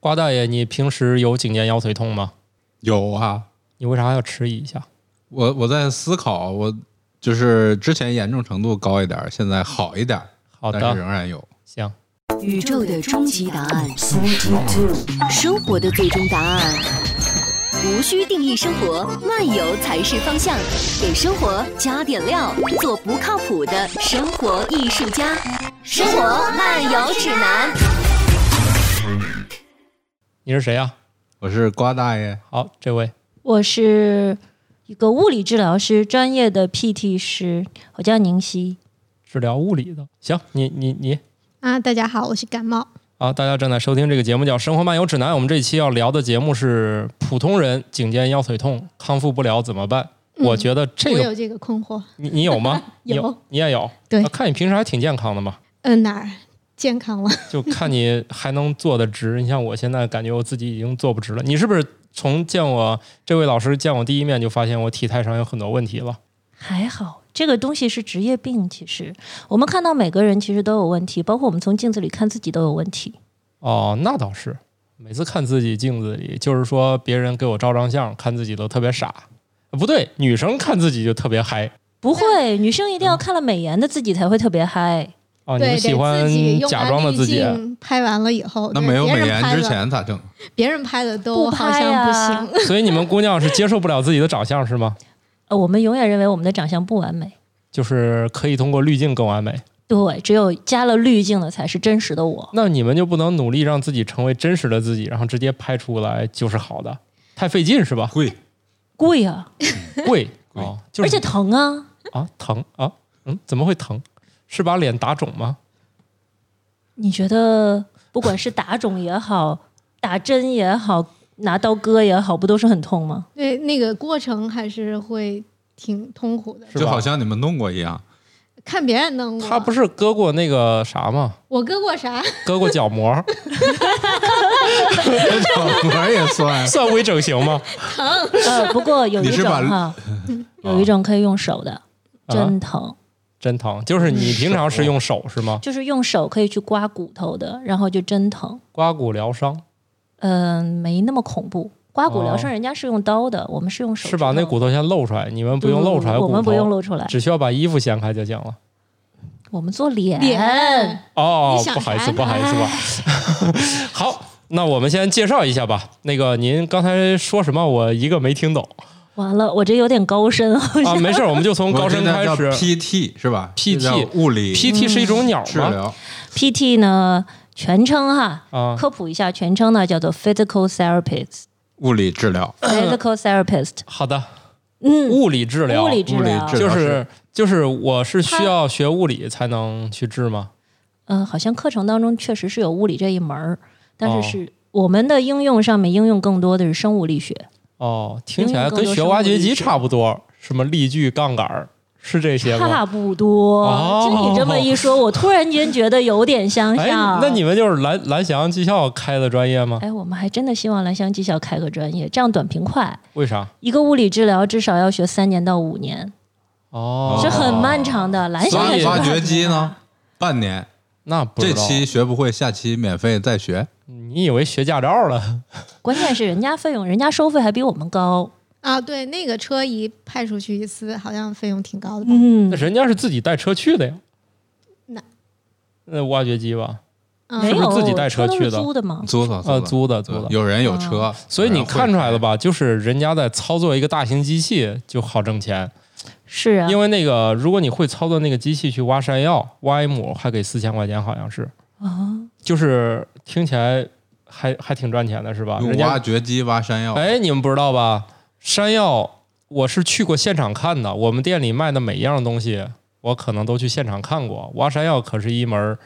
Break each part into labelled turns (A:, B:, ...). A: 瓜大爷，你平时有颈肩腰腿痛吗？
B: 有啊，
A: 你为啥要迟疑一下？
B: 我我在思考，我就是之前严重程度高一点儿，现在好一点儿，
A: 好
B: 但是
A: 的，
B: 仍然有。
A: 行，
C: 宇宙的终极答案，生活的最终答案。无需定义生活，漫游才是方向。给生活加点料，做不靠谱的生活艺术家。生活漫游指南。
A: 你是谁呀、
B: 我是瓜大爷，
A: 好，这位
D: 我是一个物理治疗师，专业的 PT 师，我叫宁熙。
A: 治疗物理的，行，你你你
E: 啊，大家好，我是感冒。
A: 啊！大家正在收听这个节目叫《生活漫游指南》，我们这期要聊的节目是普通人颈肩腰腿痛康复不了怎么办？我觉得这
E: 嗯我
A: 个
E: 有这个困惑。
A: 你你有 吗？你
E: 有
A: 你也有。
E: 对
A: 啊看你平时还挺健康的嘛，
E: 嗯，哪儿健康了？
A: 就看你还能坐得直。你像我现在感觉我自己已经坐不直了。你是不是从见我这位老师见我第一面就发现我体态上有很多问题了？
D: 还好，这个东西是职业病。其实我们看到每个人其实都有问题，包括我们从镜子里看自己都有问题。
A: 哦，那倒是。每次看自己镜子里，就是说别人给我照张相，看自己都特别傻。呃不对，女生看自己就特别嗨
D: 不会，女生一定要看了美颜的自己才会特别嗨。
A: 哦，你
E: 对，
A: 们喜
E: 得
A: 欢
E: 自己用
A: 假装的自己啊
E: 安滤镜拍完了以后，
B: 那
E: 对
B: 没有
E: 哦别
B: 美
E: 人
B: 颜
E: 拍
B: 之
E: 了，
B: 前咋整？
E: 别人拍的
D: 不
E: 都好
D: 拍
E: 像不
D: 呀
E: 行。
A: 所以你们姑娘是接受不了自己的长相是吗？
D: 呃，我们永远认为我们的长相不完美。
A: 就是可以通过滤镜更完美。
D: 对，只有加了滤镜的才是真实的我。
A: 那你们就不能努力让自己成为真实的自己，然后直接拍出来就是好的，太费劲 是吧？
B: 贵，
D: 贵啊，
A: 贵
B: 贵
A: 哦，就是
D: 而且疼啊。
A: 啊疼啊，嗯，怎么会疼？是把脸打肿吗？
D: 你觉得，不管是打肿也好，打针也好，拿刀割也好，不都是很痛吗？
E: 对，那个过程还是会挺痛苦的。
A: 是吧
B: 就好像你们弄过一样。
E: 看别人弄过，
A: 他不是割过那个啥吗？
E: 我割过啥？
A: 割过角膜，
B: 角膜也 算， 啊
A: 算微整形吗？
D: 呃，不过有一
B: 你是
D: 种
B: 把
D: 哈，有一种可以用手的，
A: 啊
D: 真疼，
A: 真疼，就是你平常是用手是吗？
D: 就是用手可以去刮骨头的，然后就真疼。
A: 刮骨疗伤
D: 嗯、没那么恐怖。刮骨疗伤，
A: 哦
D: 人家是用刀的，我们是用手
A: 是把那骨头先露出来，你们
D: 头
A: 不用露出来骨头，
D: 我们不用露出来，
A: 只需要把衣服掀开就行了。
D: 我们做脸。
E: 脸
A: 哦
E: 你，想
A: 不好意思，
E: 啥呢
A: 不好意思吧。 好，那我们先介绍一下吧。那个您刚才说什么？我一个没听懂
D: 完了，我这有点 高深，好
A: 啊。
D: 像
A: 没事儿，我们就从高深开
B: 我
A: 始。
B: 这叫 PT 是吧
A: PT
B: 这叫物理
A: PT 是一种鸟
B: 治
A: 吗？
B: 疗，
D: PT 呢，全称哈，
A: 啊，
D: 科普一下，全称呢叫做 physical therapist 。
B: 物理治疗，
D: physical therapist，
A: 好的，
D: 嗯，
A: 嗯物理治疗
D: 物，理治
B: 物理
D: 疗
B: 治，
A: 就
B: 疗
A: 是
B: 师
A: 就是我是需
D: 它
A: 要学物理才能去治吗？
D: 嗯、好像课程当中确实是有物理这一门儿，但
A: 哦
D: 是是我们的应用上面应用更多的是生物力学。
A: 哦，听起
D: 英语
A: 来
D: 更
A: 跟
D: 多
A: 学
D: 生
A: 挖
D: 物
A: 掘
D: 力
A: 机
D: 学
A: 差不多，什么力矩、杠杆儿，是这些吗？
D: 差不多。
A: 哦
D: 经你这么一说，我突然间觉得有点相
A: 哎，
D: 像。
A: 那你们就是蓝蓝翔技校开的专 业吗？
D: 哎，我们还真的希望兰香技校开个专业，这样短平快。
A: 为啥？
D: 一个物理治疗至少要学三年到五年，
A: 哦
D: 是很漫长的。蓝翔
B: 挖
A: 所
D: 也
A: 以
D: 是
B: 挖
D: 很
B: 掘机呢，半年，
A: 那不知
B: 这
A: 道
B: 期学不会，下期免费再学。
A: 你以为学驾照了？
D: 关键是人家费用，人家收费还比我们高。
E: 啊，对，那个车一派出去一次，好像费用挺高的吧？
A: 那
D: 嗯，
A: 人家是自己带车去的呀。
E: 那
A: 那挖掘机吧，
E: 嗯
D: 没
A: 是不
D: 有，
A: 是自己带车
D: 都
A: 去的
D: 是租的吗？
B: 啊租的
A: 呃，租的租的。
B: 有人有车，
E: 嗯
A: 所以你看出来了
B: 吧？
A: 吧？就是人家在操作一个大型机器就好挣钱，
D: 是啊，
A: 因为那个如果你会操作那个机器去挖山药，挖一亩还给四千块钱，好像是，
D: 啊，
A: 就是听起来还还挺赚钱的是吧？
B: 用
A: 人家
B: 挖掘机挖山药，
A: 哎，你们不知道吧？山药，我是去过现场看的。我们店里卖的每一样东西，我可能都去现场看过。挖山药可是一门儿，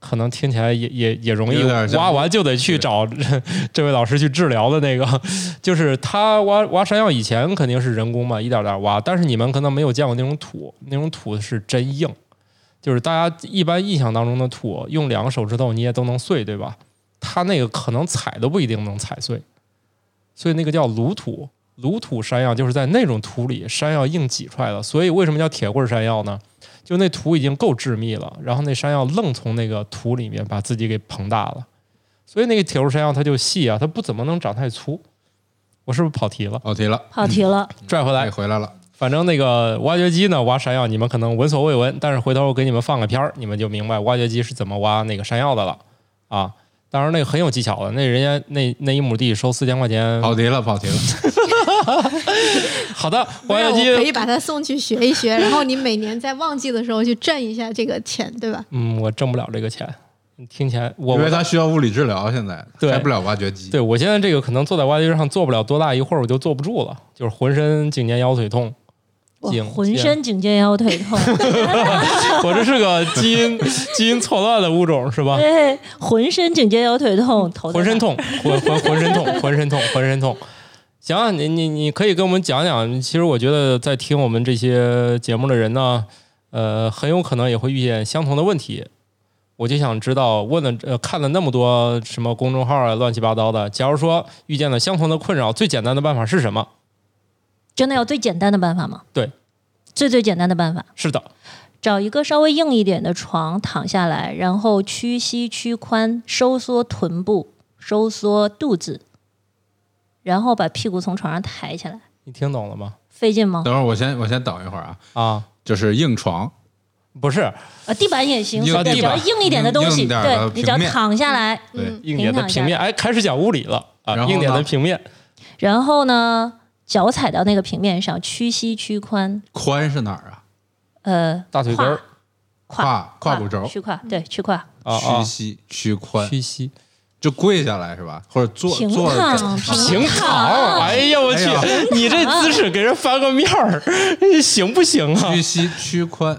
A: 可能听起来也也也容易
B: 有点，像
A: 挖完就得去找 这位老师去治疗的那个。 就是他挖挖山药以前肯定是人工嘛，一点点挖，但是你们可能没有见过那种土，那种土是真硬。就是大家一般印象当中的土，用两个手指头你也都能碎，对吧？它那个可能踩都不一定能踩碎，所以那个叫炉土。炉土山药就是在那种土里，山药硬挤出来的。所以为什么叫铁棍山药呢？就那土已经够致密了，然后那山药愣从那个土里面把自己给膨大了，所以那个铁路山药它就细啊，它不怎么能长太粗。我是不是跑题了？
B: 跑题哦了，
D: 跑题了。
A: 拽回来
B: 哎，，回来了，
A: 反正那个挖掘机呢，挖山药你们可能闻所未闻，但是回头我给你们放个片儿，你们就明白挖掘机是怎么挖那个山药的了啊。当然那个很有技巧的，那人家那那一亩地收四千块钱。
B: 跑题了，跑题了。
A: 好的，
E: 不
A: 挖
E: 然
A: 掘
E: 我可以
A: 机，
E: 把它送去学一学，然后你每年在旺季的时候去挣一下这个钱，对吧？
A: 嗯，我挣不了这个钱。你听起来我
B: 因为他需要物理治疗，现在
A: 对
B: 开不了挖掘机。
A: 对我现在这个可能坐在挖掘机上坐不了多大一会儿，我就坐不住了，就是浑身颈肩腰腿痛。
D: 我
A: 颈
D: 浑身颈肩 腰腿痛，
A: 我这是 个基因基因错乱的物种是吧？
D: 对，浑身颈肩腰腿痛，头
A: 啊嗯浑身
D: 痛。
A: 痛，浑浑浑身痛，浑身痛，浑身痛。行啊，你你你可以跟我们讲讲。其实我觉得在听我们这些节目的人呢，呃，很有可能也会遇见相同的问题。我就想知道，问了呃看了那么多什么公众号啊，乱七八糟的。假如说遇见了相同的困扰，最简单的办法是什么？
D: 真的要最简单的办法吗？
A: 对，
D: 最最简单的办法，
A: 是的，
D: 找一个稍微硬一点的床躺下来，然后屈膝屈髋，收缩臀部，收缩肚子，然后把屁股从床上抬起来，
A: 你听懂了吗？
D: 费劲吗？
B: 等会儿我先我先等一会儿啊，
A: 啊，
B: 就是硬床，
A: 不是
D: 啊，地板也行，
B: 硬
D: 随便，
A: 地
D: 只要
A: 板
D: 硬一点的东
B: 硬
D: 西，
B: 一点的
D: 对你只要
B: 平面
D: 躺下来，
B: 对
E: 嗯
A: 硬点的
D: 平躺一下
A: 平面，哎，开始讲物理了啊
B: 然，后
A: 硬点的
B: 呢
A: 平面，
D: 然后呢，脚踩到那个平面上，屈膝屈髋，
B: 宽是哪儿啊？
D: 呃，
A: 大腿根儿
D: 胯
B: 胯胯骨轴、
D: 屈胯，对，屈胯，
A: 啊
B: 屈
A: 啊，
B: 膝、屈髋，
A: 屈膝。
B: 就跪下来是吧？或者坐
D: 平
B: 坐着
D: 躺
B: 走
D: 平
A: 平躺，哎呀，我去
B: 哎呀，
A: 你这姿势给人翻个面儿， 行不行啊
B: 屈？膝、屈髋，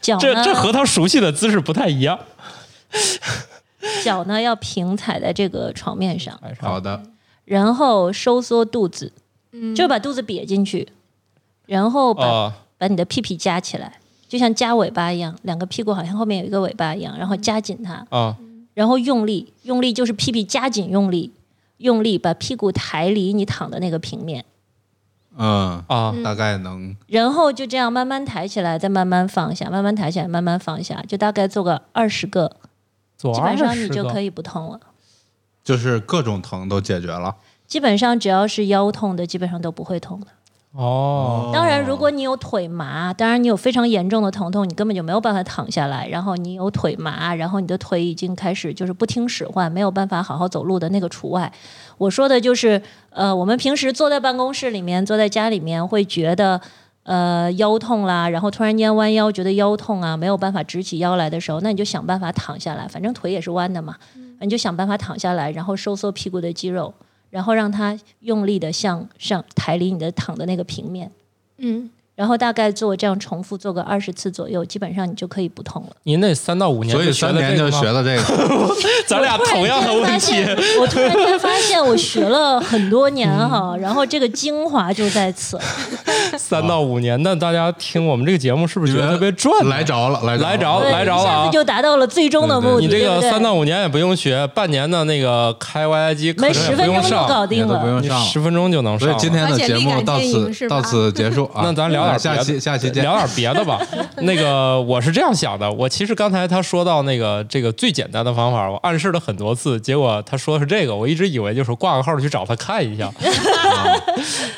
D: 脚
A: 这
D: 呢，
A: 这和他熟悉的姿势不太一样。
D: 脚呢要平踩在这个床面上，
A: 哎
B: 好的，
D: 然后收缩肚子，
E: 嗯，
D: 就把肚子瘪进去，然后把、
A: 啊，
D: 把你的屁屁夹起来，就像夹尾巴一样，两个屁股好像后面有一个尾巴一样，然后夹紧它，
A: 啊，
D: 然后用力，用力就是屁屁夹紧用力，用力把屁股抬离你躺的那个平面，
B: 嗯，
A: 啊
E: 嗯
B: 大概能
D: 然后就这样慢慢抬起来，再慢慢放下，慢慢抬起来，慢慢放下，就大概做个二十个，
A: 左
D: 基
A: 哦二
D: 本上你
A: 十
D: 就可
A: 个，
D: 以不痛了。
B: 就是各种疼都解决了。
D: 基本上只要是腰痛的，基本上都不会痛的。
A: 哦，
D: 当然，如果你有腿麻，当然你有非常严重的疼痛，你根本就没有办法躺下来。然后你有腿麻，然后你的腿已经开始就是不听使唤，没有办法好好走路的那个除外。我说的就是，呃，我们平时坐在办公室里面，坐在家里面会觉得。呃，腰痛啦，然后突然间弯腰，觉得腰痛啊，没有办法直起腰来的时候，那你就想办法躺下来，反正腿也是弯的嘛，你就想办法躺下来，然后收缩屁股的肌肉，然后让它用力的向上抬离你的躺的那个平面，
E: 嗯，
D: 然后大概做这样重复做个二十次左右，基本上你就可以不痛了。
A: 您那三到五年，
B: 所以三年就学，了这个，
A: 咱俩同样的问题。
D: 我突然间发现我学了很多年哈，
A: 嗯
D: 然后这个精华就在此。
A: 三到五年，那大家听我们这个节目是不是觉得特别赚呢？
B: 来着了，来
A: 来着
B: 着
A: 了
B: 了，
D: 对，
A: 来着
D: 一
A: 了啊
D: 下子就达到了最终的目
A: 嗯
D: 的。
A: 你这个
D: 对不对
A: 三到五年也不用学，半年的那个开 Y I 机课
D: 没
A: 程
D: 十
A: 也不
D: 分
A: 用
D: 钟就
A: 上，
D: 搞定
B: 也都不
D: 了。
B: 用
A: 你
B: 上
A: 十
B: 了。
A: 分钟就能上
B: 所以
A: 了。
B: 今天的
E: 而且
B: 节
E: 力
B: 目
E: 感
B: 到
E: 电影
B: 此
E: 是
B: 到
E: 吧
B: 此结束啊。
A: 那咱聊点别
B: 下
A: 的
B: 期下期见。
A: 聊点别的 吧。那个我是这样想的，我其实刚才他说到那个这个最简单的方法，我暗示了很多次，结果他说的是这个，我一直以为就是挂个号去找他看一 下。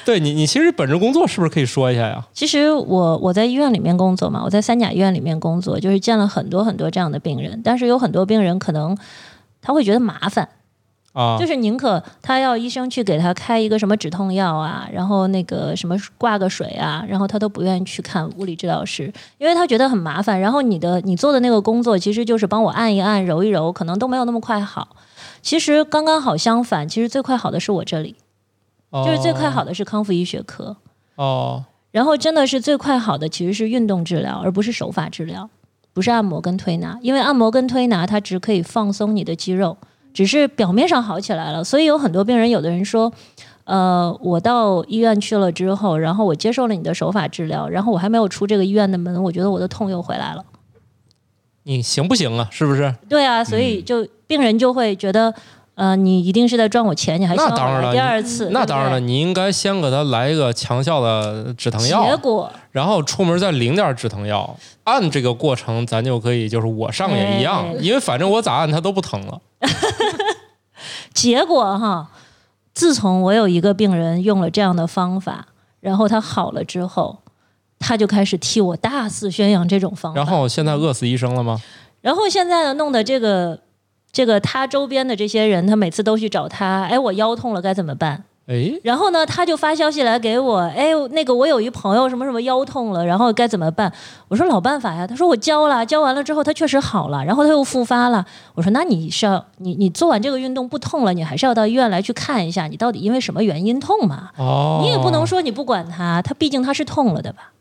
A: 对你，你其实本职工作是不是可以说一下呀？
D: 其实我我在医院里面工作嘛，我在三甲医院里面工作，就是见了很多很多这样的病人，但是有很多病人可能他会觉得麻烦。
A: 啊
D: 就，是宁可他要医生去给他开一个什么止痛药啊，然后那个什么挂个水啊，然后他都不愿意去看物理治疗师，因为他觉得很麻烦。然后你的你做的那个工作其实就是帮我按一按、揉一揉，可能都没有那么快好。其实刚刚好相反，其实最快好的是我这里，就是最快好的是康复医学科，
A: 哦。
D: 然后真的是最快好的其实是运动治疗，而不是手法治疗，不是按摩跟推拿，因为按摩跟推拿它只可以放松你的肌肉，只是表面上好起来了。所以有很多病人，有的人说，呃，我到医院去了之后，然后我接受了你的手法治疗，然后我还没有出这个医院的门，我觉得我的痛又回来了。
A: 你行不行啊？是不是？
D: 对啊，所以就病人就会觉得。呃，你一定是在赚我钱，你还
A: 那
D: 消
A: 当然
D: 费
A: 了
D: 第二次，
A: 那
D: 对不
A: 当然了，
D: 对。
A: 你应该先给他来一个强效的止疼药，啊
D: 结果
A: 然后出门再领点止疼药，按这个过程咱就可以，就是我上也一样，
D: 哎
A: 因为反正我咋按它都不疼了。
D: 结果哈，自从我有一个病人用了这样的方法，然后他好了之后，他就开始替我大肆宣扬这种方法。
A: 然后现在饿死医生了吗？
D: 然后现在呢，弄得这个这个他周边的这些人，他每次都去找他，哎，我腰痛了该怎么办？
A: 哎，
D: 然后呢，他就发消息来给我，哎，那个我有一朋友什么什么腰痛了，然后该怎么办？我说老办法呀。他说我教了，教完了之后他确实好了，然后他又复发了。我说那你是要你你做完这个运动不痛了，你还是要到医院来去看一下，你到底因为什么原因痛嘛？
A: 哦，
D: 你也不能说你不管他，他毕竟他是痛了的吧？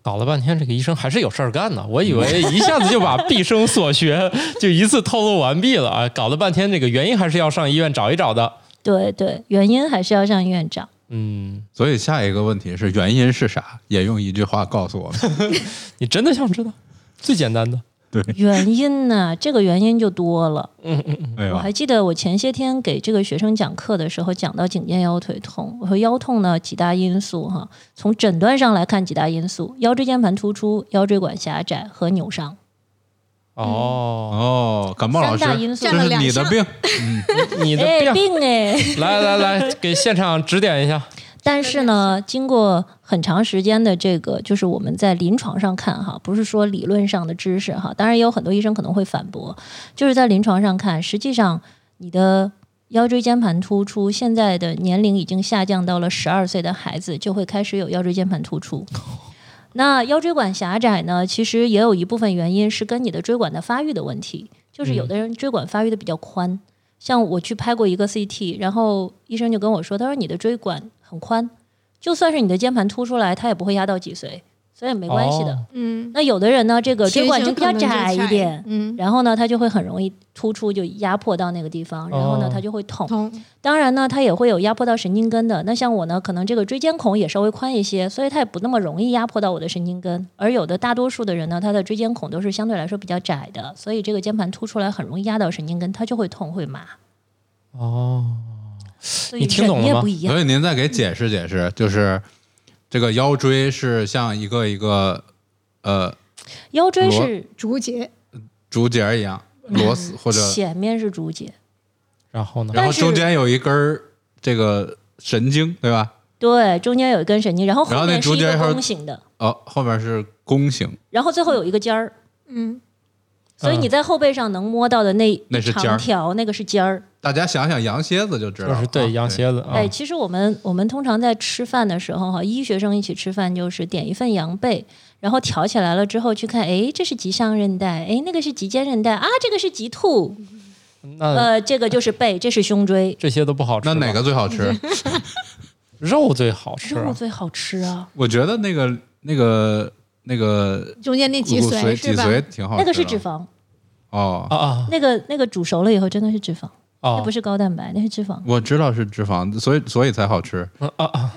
A: 搞了半天，这个医生还是有事儿干呢。我以 为一下子就把毕生所学就一次透露完毕了啊，搞了半天这个原因还是要上医院找一找的。
D: 对对，原因还是要上医院找。
A: 嗯，
B: 所以下一个问题是原因是啥？也用一句话告诉我们。
A: 你真的想知道？最简单的，
D: 原因呢，这个原因就多了。
A: 嗯嗯嗯，
B: 哎
D: 我
B: 呀，
D: 还记得我前些天给这个学生讲课的时候，讲到颈肩腰腿痛，我说腰痛呢几大因素哈，从诊断上来看几大因素：腰椎间盘突出、腰椎管狭窄和扭伤。嗯
A: 哦，
B: 哦，感冒老师
D: 三大因，素
B: 这是你的病，
A: 你的
D: 哎，
A: 病，
D: 病哎！
A: 来来来，给现场指点一下。
D: 但是呢，经过很长时间的这个，就是我们在临床上看哈，不是说理论上的知识哈，当然也有很多医生可能会反驳，就是在临床上看，实际上你的腰椎间盘突出，现在的年龄已经下降到了十二岁的孩子就会开始有腰椎间盘突出。那腰椎管狭窄呢，其实也有一部分原因是跟你的椎管的发育的问题，就是有的人椎管发育的比较宽，像我去拍过一个 CT，然后医生就跟我说，他说你的椎管很宽，就算是你的肩盘凸出来，它也不会压到脊髓，所以没关系的。
A: 哦
E: 嗯，
D: 那有的人呢，这个
E: 血
D: 椎呃管
E: 型
D: 就比较
E: 可能就
D: 窄一点，
E: 嗯，
D: 然后呢，它就会很容易突出，就压迫到那个地方，然后呢
A: 哦，
D: 它就会痛。
E: 痛，
D: 当然呢，它也会有压迫到神经根的。那像我呢，可能这个椎间孔也稍微宽一些，所以它也不那么容易压迫到我的神经根。而有的大多数的人呢，他的椎间孔都是相对来说比较窄的，所以这个键盘凸出来很容易压到神经根，它就会痛会麻。
A: 哦，
D: 所
A: 你
D: 以
A: 听
D: 人
A: 懂了
D: 也
A: 吗
D: 不一样
B: 所。以您再给解释解释，就是这个腰椎是像一个一个呃
D: 腰椎
B: 螺
D: 是
E: 竹节，
B: 竹节儿一样螺丝，或者
D: 前面嗯是竹节，
A: 然后呢？
B: 然后
D: 但是
B: 中间有一根儿这个神经，对吧？
D: 对，中间有一根神经，然后
B: 然
D: 后
B: 后那
D: 面是
B: 竹
D: 一
B: 节
D: 个
B: 还是
D: 弓形的，
B: 哦，后面是弓形，
D: 然后最后有一个尖儿。
E: 嗯，
D: 所以你在后背上能摸到的那一
B: 嗯那是尖儿
D: 长条，那个是尖儿。
B: 大家想想羊蝎子就知道
A: 就
B: 了啊，
A: 是对羊蝎子啊
D: 哎，，其实我们我们通常在吃饭的时候哈，医学生一起吃饭就是点一份羊背，然后挑起来了之后去看，哎，这是棘上韧带，哎，那个是棘间韧带啊，这个是棘突，
B: 嗯
A: 那
D: 呃，这个就是背，这是胸椎，
A: 这些都不好吃
B: 啊那
A: 吧。
B: 哪个最好吃？
A: 肉最好吃
D: 肉
A: 啊？
D: 最好吃啊，
B: 我觉得那个那个那个
E: 中间那
B: 骨
E: 脊
B: 髓
E: 髓
B: 脊
E: 是吧？
B: 髓挺好吃的，啊
D: 那个是脂肪，
B: 哦。
A: 啊啊
D: 那个那个煮熟了以后真的是脂肪，那
A: 啊！
D: 哎不是高蛋白，那是脂肪。
B: 我知道是脂肪，所以所以才好吃。
A: 嗯啊啊！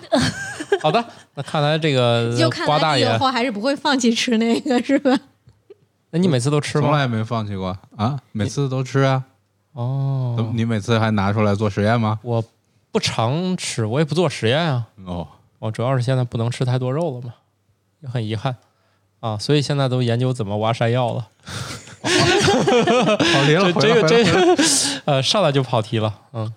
A: 好的，那看来这 个
E: 就看
A: 瓜呃
E: 来
A: 大
E: 你以
A: 爷，
E: 后还是不会放弃吃那个，是吧？
A: 那你每次都吃
B: 从
A: 吗？
B: 来没放弃过啊，每次都吃啊。怎么
A: 哦，
B: 你每次还拿出来做实验吗？
A: 我不常吃，我也不做实验啊。
B: 哦，
A: 我主要是现在不能吃太多肉了嘛，也很遗憾啊。所以现在都研究怎么挖山药了。
B: 跑题了，
A: 这这个
B: 回来
A: 这
B: 回来
A: 个，呃，上来就跑题了。嗯，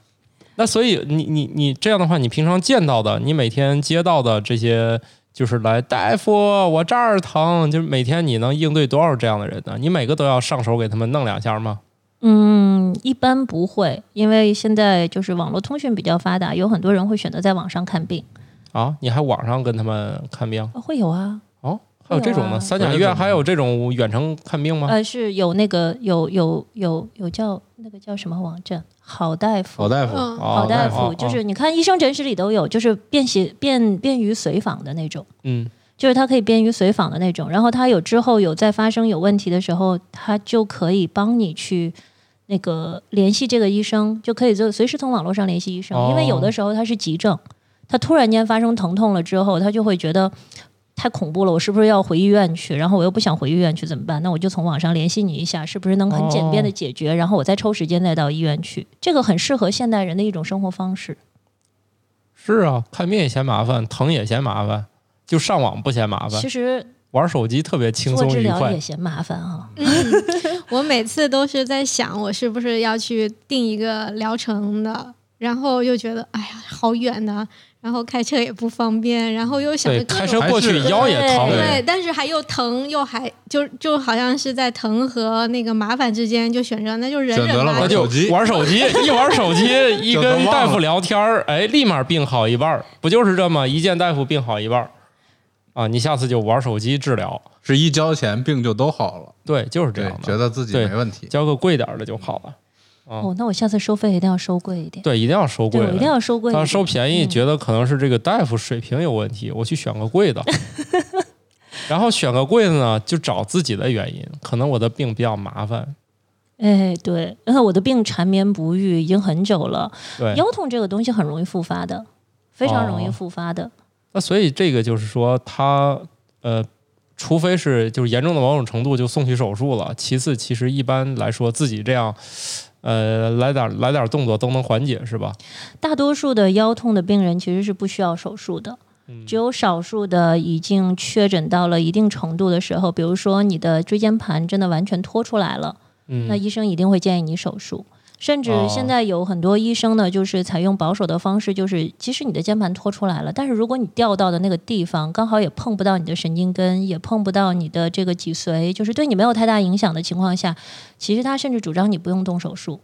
A: 那所以你你你这样的话，你平常见到的，你每天接到的这些，就是来大夫，我这儿疼，就是每天你能应对多少这样的人呢？你每个都要上手给他们弄两下吗？
D: 嗯，一般不会，因为现在就是网络通讯比较发达，有很多人会选择在网上看病。
A: 啊，你还网上跟他们看病？
D: 啊，会有啊，
A: 哦，还有这种
D: 会有
A: 呢？
D: 啊
A: 三甲医
B: 还有这
A: 院
B: 种
A: 还有这种远程看病吗？
D: 呃，是有那个有有有有叫那个叫什么网站，好大夫，
B: 好大夫，
E: 嗯，
A: 哦，
D: 大
A: 哦
D: 夫，
A: 哦
D: 就是你看医生诊室里都有，就是便携便便于随访的那种。
A: 嗯，
D: 就是它可以便于随访的那种，然后它有之后有再发生有问题的时候，它就可以帮你去那个联系这个医生，就可以就随时从网络上联系医
A: 哦
D: 生，因为有的时候它是急症，他突然间发生疼痛了之后，他就会觉得嗯太恐怖了，我是不是要回医院去？然后我又不想回医院去，怎么办？那我就从网上联系你一下，是不是能很简便的解
A: 哦
D: 决？然后我再抽时间再到医院去，这个很适合现代人的一种生活方式。
A: 是啊，看病也嫌麻烦，疼也嫌麻烦，就上网不嫌麻烦
D: 其，实
A: 玩手机特别轻
D: 做
A: 松
D: 治
A: 愉
D: 疗
A: 快
D: 也。嫌麻烦啊，
E: 嗯 我每次都是在想，我是不是要去定一个疗程的，然后又觉得哎呀好远呐、然后开车也不方便，然后又想
A: 对，
E: 着各
A: 开
E: 种
A: 车过去
B: 还是
A: 腰也疼。
D: 对
E: 对，但是还又疼又还就就好像是在疼和那个麻烦之间就选择，那就忍
B: 选择
E: 忍
B: 了
E: 吧
A: 那。就
B: 手机
A: 玩手机，一玩手 机，一
B: 就都
A: 跟
B: 忘
A: 大夫
B: 了
A: 聊天儿，哎，立马病好一半儿，不就是这么一见大夫病好一半儿啊？你下次就玩手机治疗，
B: 是一交钱病就都好了，
A: 对，就是这
B: 对
A: 样，
B: 觉
A: 的，
B: 得自己
A: 对
B: 没问题。
A: 交个贵点儿的就好了。啊
D: 哦，那我下次收费一定要收贵一点，
A: 对，一定要收贵
D: 对我一
A: 的。
D: 定要收贵一
A: 他
D: 点。
A: 收便宜，
D: 嗯
A: 觉得可能是这个大夫水平有问题，我去选个贵 的。然后选个贵的呢，就找自己的原因，可能我的病比较麻烦。
D: 哎，对，然后我的病缠绵不愈已经很久了，
A: 对，
D: 腰痛这个东西很容易复发的，非常容易
A: 哦
D: 复发的。
A: 那所以这个就是说，他呃，除非是就是严重的某种程度就送去手术了，其次其实一般来说自己这样，呃，来点来点动作都能缓解，是吧？
D: 大多数的腰痛的病人其实是不需要手术的，
A: 嗯
D: 只有少数的已经确诊到了一定程度的时候，比如说你的椎间盘真的完全脱出来了，那
A: 嗯，
D: 医生一定会建议你手术。甚至
A: 哦
D: 现在有很多医生呢，就是采用保守的方式，就是即使你的肩盘脱出来了，但是如果你掉到的那个地方刚好也碰不到你的神经根，也碰不到你的这个脊髓，就是对你没有太大影响的情况下，其实他甚至主张你不用动手术。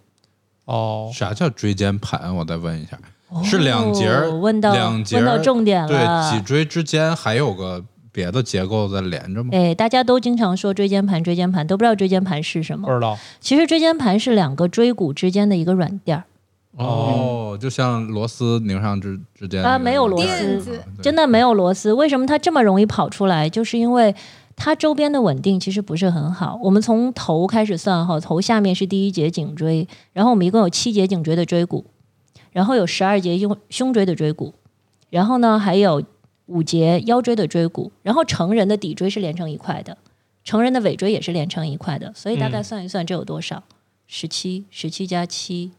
A: 哦，
B: 啥叫椎间盘？我再问一下，是两节儿
D: 哦问到
B: 两节儿
D: 问到重点了。
B: 对，脊椎之间还有个别的结构在连着吗？
D: 哎，大家都经常说椎间盘，椎间盘都不知道椎间盘是什
A: 不
D: 么。
A: 知道
D: 其实椎间盘是两个椎骨之间的一个软垫儿，
B: 哦，就像螺丝拧上之之间
D: 啊没有螺丝
E: 垫子
D: 真
B: 的
D: 的没有螺丝。为什么它这么容易跑出来？就是因为它周边的稳定其实不是很好。我们从头开始算哈，头下面是第一节颈椎，然后我们一共有七节颈椎的椎骨，然后有十二节胸胸椎的椎骨，然后呢还有五节腰椎的椎骨，然后成人的骶椎是连成一块的，成人的尾椎也是连成一块的，所以大概
A: 嗯
D: 算一算这有多少？十七，十七加七，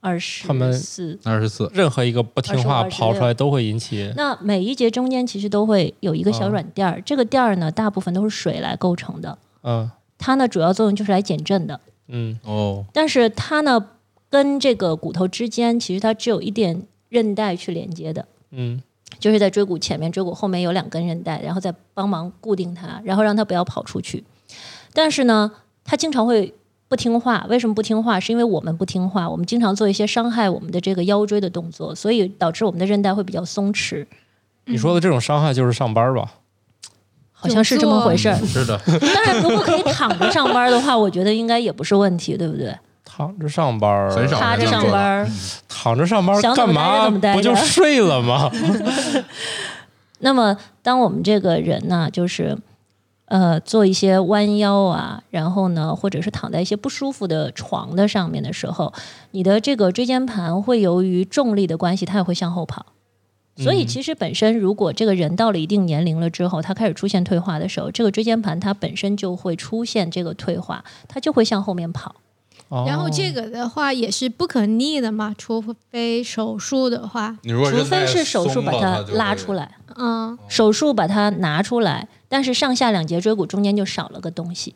D: 二十
A: 他们
D: 四。
B: 二十四。
A: 任何一个不听话
D: 25
A: 跑出来都会引 起
D: 那每一节中间其实都会有一个小软垫儿，这个垫儿呢，大部分都是水来构成的。
A: 嗯
D: 它呢，主要作用就是来减震的。
A: 嗯
B: 哦，
D: 但是它呢，跟这个骨头之间，其实它只有一点韧带去连接的，
A: 嗯
D: 就是在椎骨前面、椎骨后面有两根韧带，然后再帮忙固定它，然后让它不要跑出去。但是呢，它经常会不听话。为什么不听话？是因为我们不听话，我们经常做一些伤害我们的这个腰椎的动作，所以导致我们的韧带会比较松弛。
A: 你说的这种伤害就是上班吧？
D: 好像是这么回事儿，
B: 嗯是的，
D: 当然，如果可以躺着上班的话，我觉得应该也不是问题，对不对？
A: 躺着上班儿
B: 很少
D: 趴着上班儿，
A: 躺着上班儿
D: 想怎
A: 干
D: 么待
A: 嘛？
D: 着怎么待着
A: 不就睡了 吗？
D: 那么当我们这个人呢、就是呃做一些弯腰啊，然后呢，或者是躺在一些不舒服的床的上面的时候，你的这个椎间盘会由于重力的关系，它也会向后跑。所以，其实本身如果这个人到了一定年龄了之后，他开始出现退化的时候，这个椎间盘它本身就会出现这个退化，它就会向后面跑。
E: 然后这
D: 哦
A: 个
E: 个的话也是不可逆的嘛，除非手术的话，
B: 你如果
D: 除
B: 韧带
D: 非是手术
B: 松
D: 把
B: 了
D: 它
B: 它
D: 拉出，来，
E: 嗯，
D: 手术把它拿出来，但是上下两节椎骨中间就少了个东西，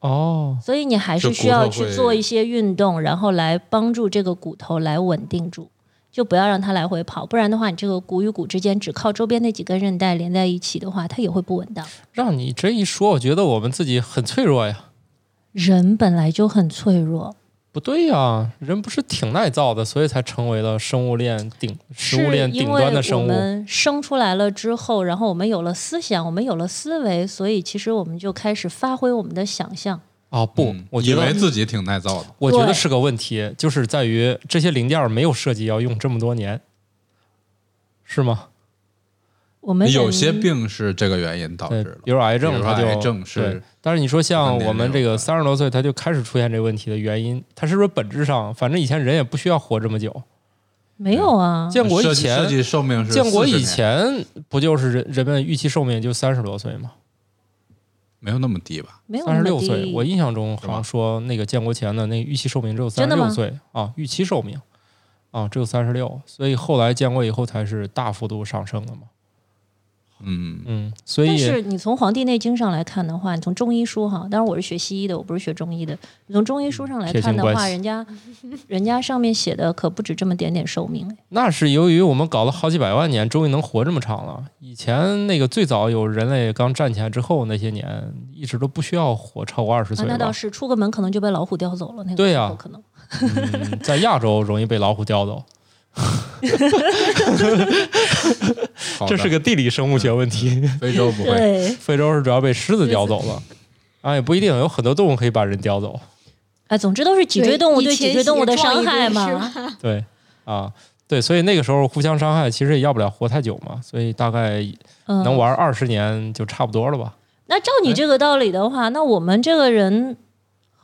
A: 哦，
D: 所以你还是
B: 就骨头
D: 需要去
B: 会
D: 做一些运动，然后来帮助这个骨头来稳定住，就不要让它来回跑，不然的话，你这个骨与骨之间只靠周边那几根韧带连在一起的话，它也会不稳当。
A: 让你这一说，我觉得我们自己很脆弱呀。
D: 人本来就很脆弱，
A: 不对呀，人不是挺耐造的，所以才成为了生物链顶食物
D: 是
A: 链
D: 因
A: 顶
D: 为
A: 端的
D: 我
A: 生物。
D: 们生出来了之后，然后我们有了思想，我们有了思维，所以其实我们就开始发挥我们的想象。
A: 啊！不
B: 嗯，
A: 我觉
B: 以为
A: 得
B: 自己挺耐造的，
A: 我觉得
D: 对
A: 是个问题，就是在于这些零件儿没有设计要用这么多年，是吗？
D: 我们
B: 有
D: 人
B: 些病是这个原因导
A: 对
B: 致的，。
A: 比如癌症，
B: 比如
A: 它就
B: 癌症是
A: 对。但是你说像我们这个
B: 啊
A: 三十多岁，他就开始出现这问题的原因，他是不是本质上，反正以前人也不需要活这么久，
D: 没有啊，
A: 建国
B: 设
A: 以
B: 计设
A: 前，
B: 计寿命是
A: 建国以
B: 40年
A: 前不就是人人们预期寿命就三十多岁吗？
B: 没有那么低吧？
D: 没有
A: 三十
D: 那么
A: 六
D: 低。
A: 岁，我印象中好
B: 是吧
A: 像说那个建国前的那个预期寿命只有三十
D: 真的
A: 六
D: 吗
A: 岁啊，预期寿命啊只有三十六，所以后来建国以后才是大幅度上升的嘛。
B: 嗯，
A: 嗯，所
D: 但
A: 以
D: 是你从《黄帝内经》上来看的话，你从中医书哈，当然我是学西医的，我不是学中医的。你从中医书上来
A: 撇清
D: 看的
A: 关
D: 话，
A: 系
D: 人家人家上面写的可不止这么点点寿命，哎
A: 那是由于我们搞了好几百万年，终于能活这么长了。以前那个最早有人类刚站起来之后那些年，一直都不需要活超过二十
D: 啊
A: 岁，吧。
D: 那倒是，出个门可能就被老虎叼走了。那个
A: 对呀
D: 时候可能
A: 嗯，在亚洲容易被老虎叼走，
B: 好 的
A: 这是个地理生物学问题。
B: 非洲不会，
D: 对
A: 非洲是主要被狮子叼走 了，啊，也不一定，有很多动物可以把人叼走。
D: 哎，总之都是脊椎动物对脊椎动物的伤害
E: 以前
D: 嘛
E: 写。
A: 对，啊，对，所以那个时候互相伤害，其实也要不了活太久嘛，所以大概
D: 嗯，
A: 能玩二十年就差不多了吧。
D: 那照你这个道理的话，那我们这个人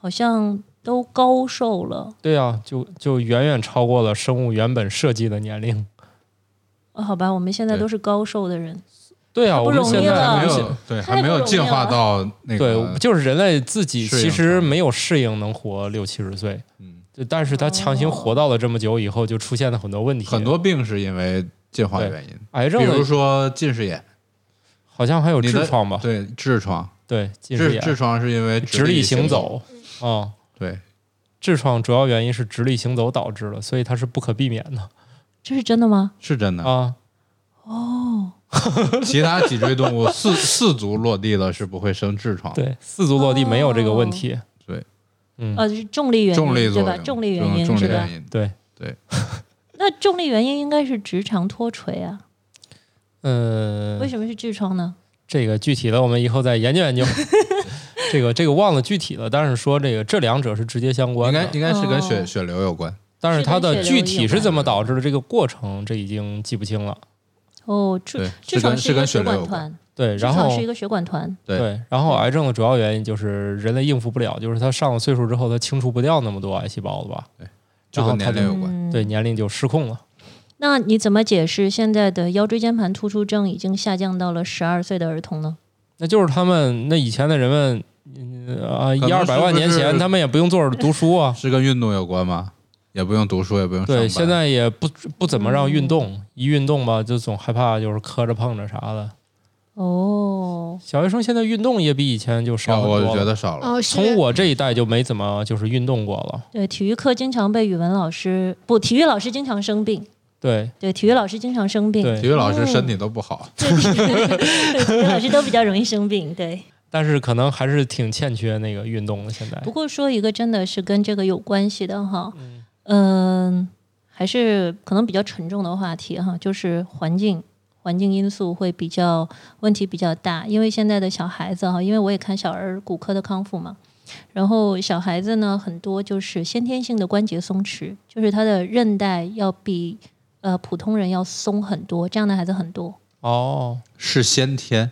D: 好像都高寿了。
A: 对啊，就就远远超过了生物原本设计的年龄。
D: 哦好吧，我们现在
B: 对
D: 都是高寿的人，
A: 对啊，
D: 太不
A: 我们
D: 容 易
A: 现在
D: 了
A: 还
B: 还
A: 没
B: 没
A: 有
B: 有对，
D: 太
B: 还没
D: 不
B: 有
D: 容易
B: 进化
D: 了
B: 到那
A: 对，
B: 个
A: 就是人类自己
B: 适应
A: 其实
B: 程度
A: 没有适应能活六七十岁，
B: 嗯
A: 就但是他强
D: 哦
A: 行活到了这么久以后，就出现了很多问题，
B: 很多病是因为进化原因，
A: 癌症
B: 比如
A: 的，
B: 说近视眼，
A: 好像还有
B: 你的
A: 痔疮吧？
B: 对痔疮，
A: 对，哦近视
B: 痔痔
A: 眼，
B: 疮是因为
A: 直立
B: 立
A: 行
B: 走，
A: 走啊。
B: 对，
A: 痔疮主要原因是直立行走导致的，所以它是不可避免的
D: 这是真的吗？
B: 是真的。
A: 啊。
B: 其他脊椎动物四四足落地了是不会生痔疮的，
A: 对，四足落地没有这个问题。
B: 哦对，
A: 嗯，
D: 呃，是重力原因
B: 重力作
D: 对
B: 用
D: 吧？重力原因
B: 重
D: 是
B: 力
D: 吧
B: 原？因，
A: 对，
D: 那重力原因应该是直肠脱垂啊，
B: 嗯
A: 呃
D: 为，什么是痔疮呢？
A: 这个具体的我们以后再研究研究。这个这个忘了具体了，但是说这个这两者是直接相
B: 应
A: 关
B: 该
A: 的，
B: 应该是跟血
D: 哦
B: 血流有关。
A: 但是它
D: 是
A: 的
D: 跟血
A: 具
D: 流
A: 体
D: 有
A: 是
D: 关
A: 怎么导致的这个过程，这已经记不清了。
D: 哦，
B: 对
D: 痔
B: 是
D: 痔疮
B: 跟是
D: 一个
B: 跟血
D: 血
B: 流有
D: 管
B: 关
D: 团，
A: 对，
D: 痔
A: 然
D: 疮
A: 后
D: 是一个血管团，
B: 对
A: 对，然后癌症的主要原因就是人类应付不了，就是他上了岁数之后，他清除不掉那么多癌细胞了吧？
B: 就
A: 然后
B: 跟
A: 它
B: 年龄有关，
D: 嗯，
A: 对，。年龄就失控了。
D: 那你怎么解释现在的腰椎间盘突出症已经下降到了十二岁的儿童呢？
A: 那就是他们那以前的人们，嗯啊，
B: 可能
A: 一二百万年
B: 是不
A: 前
B: 是。
A: 他们也不用坐着读书啊
B: 是跟运动有关吗？也不用读书，也不用上
A: 对，
B: 班。哦
A: 现在也不不怎么让运动，一运动吧就总害怕就是磕着碰着啥的。
D: 哦，
A: 小学生现在运动也比以前就
B: 少
A: 少很
B: 我
A: 多
B: 就
A: 了。
B: 觉得少了。
E: 哦，是
A: 从我这一代就没怎么就是运动过了。
D: 对，体育课经常被语文老师不，体育老师经常生病。
A: 对
D: 对，体育老师经常生病，
A: 对
B: 体，育老师身体都不好，
D: 体育老师都比较容易生病。对，
A: 但是可能还是挺欠缺那个运动的。现在
D: 不过说一个真的是跟这个有关系的哈，
A: 哎嗯
D: 嗯、还是可能比较沉重的话题哈，就是环境。环境因素会比较问题比较大，因为现在的小孩子哈，因为我也看小儿骨科的康复嘛，然后小孩子呢很多就是先天性的关节松弛，就是他的韧带要比呃普通人要松很多，这样的孩子很多。
A: 哦，
B: 是先天，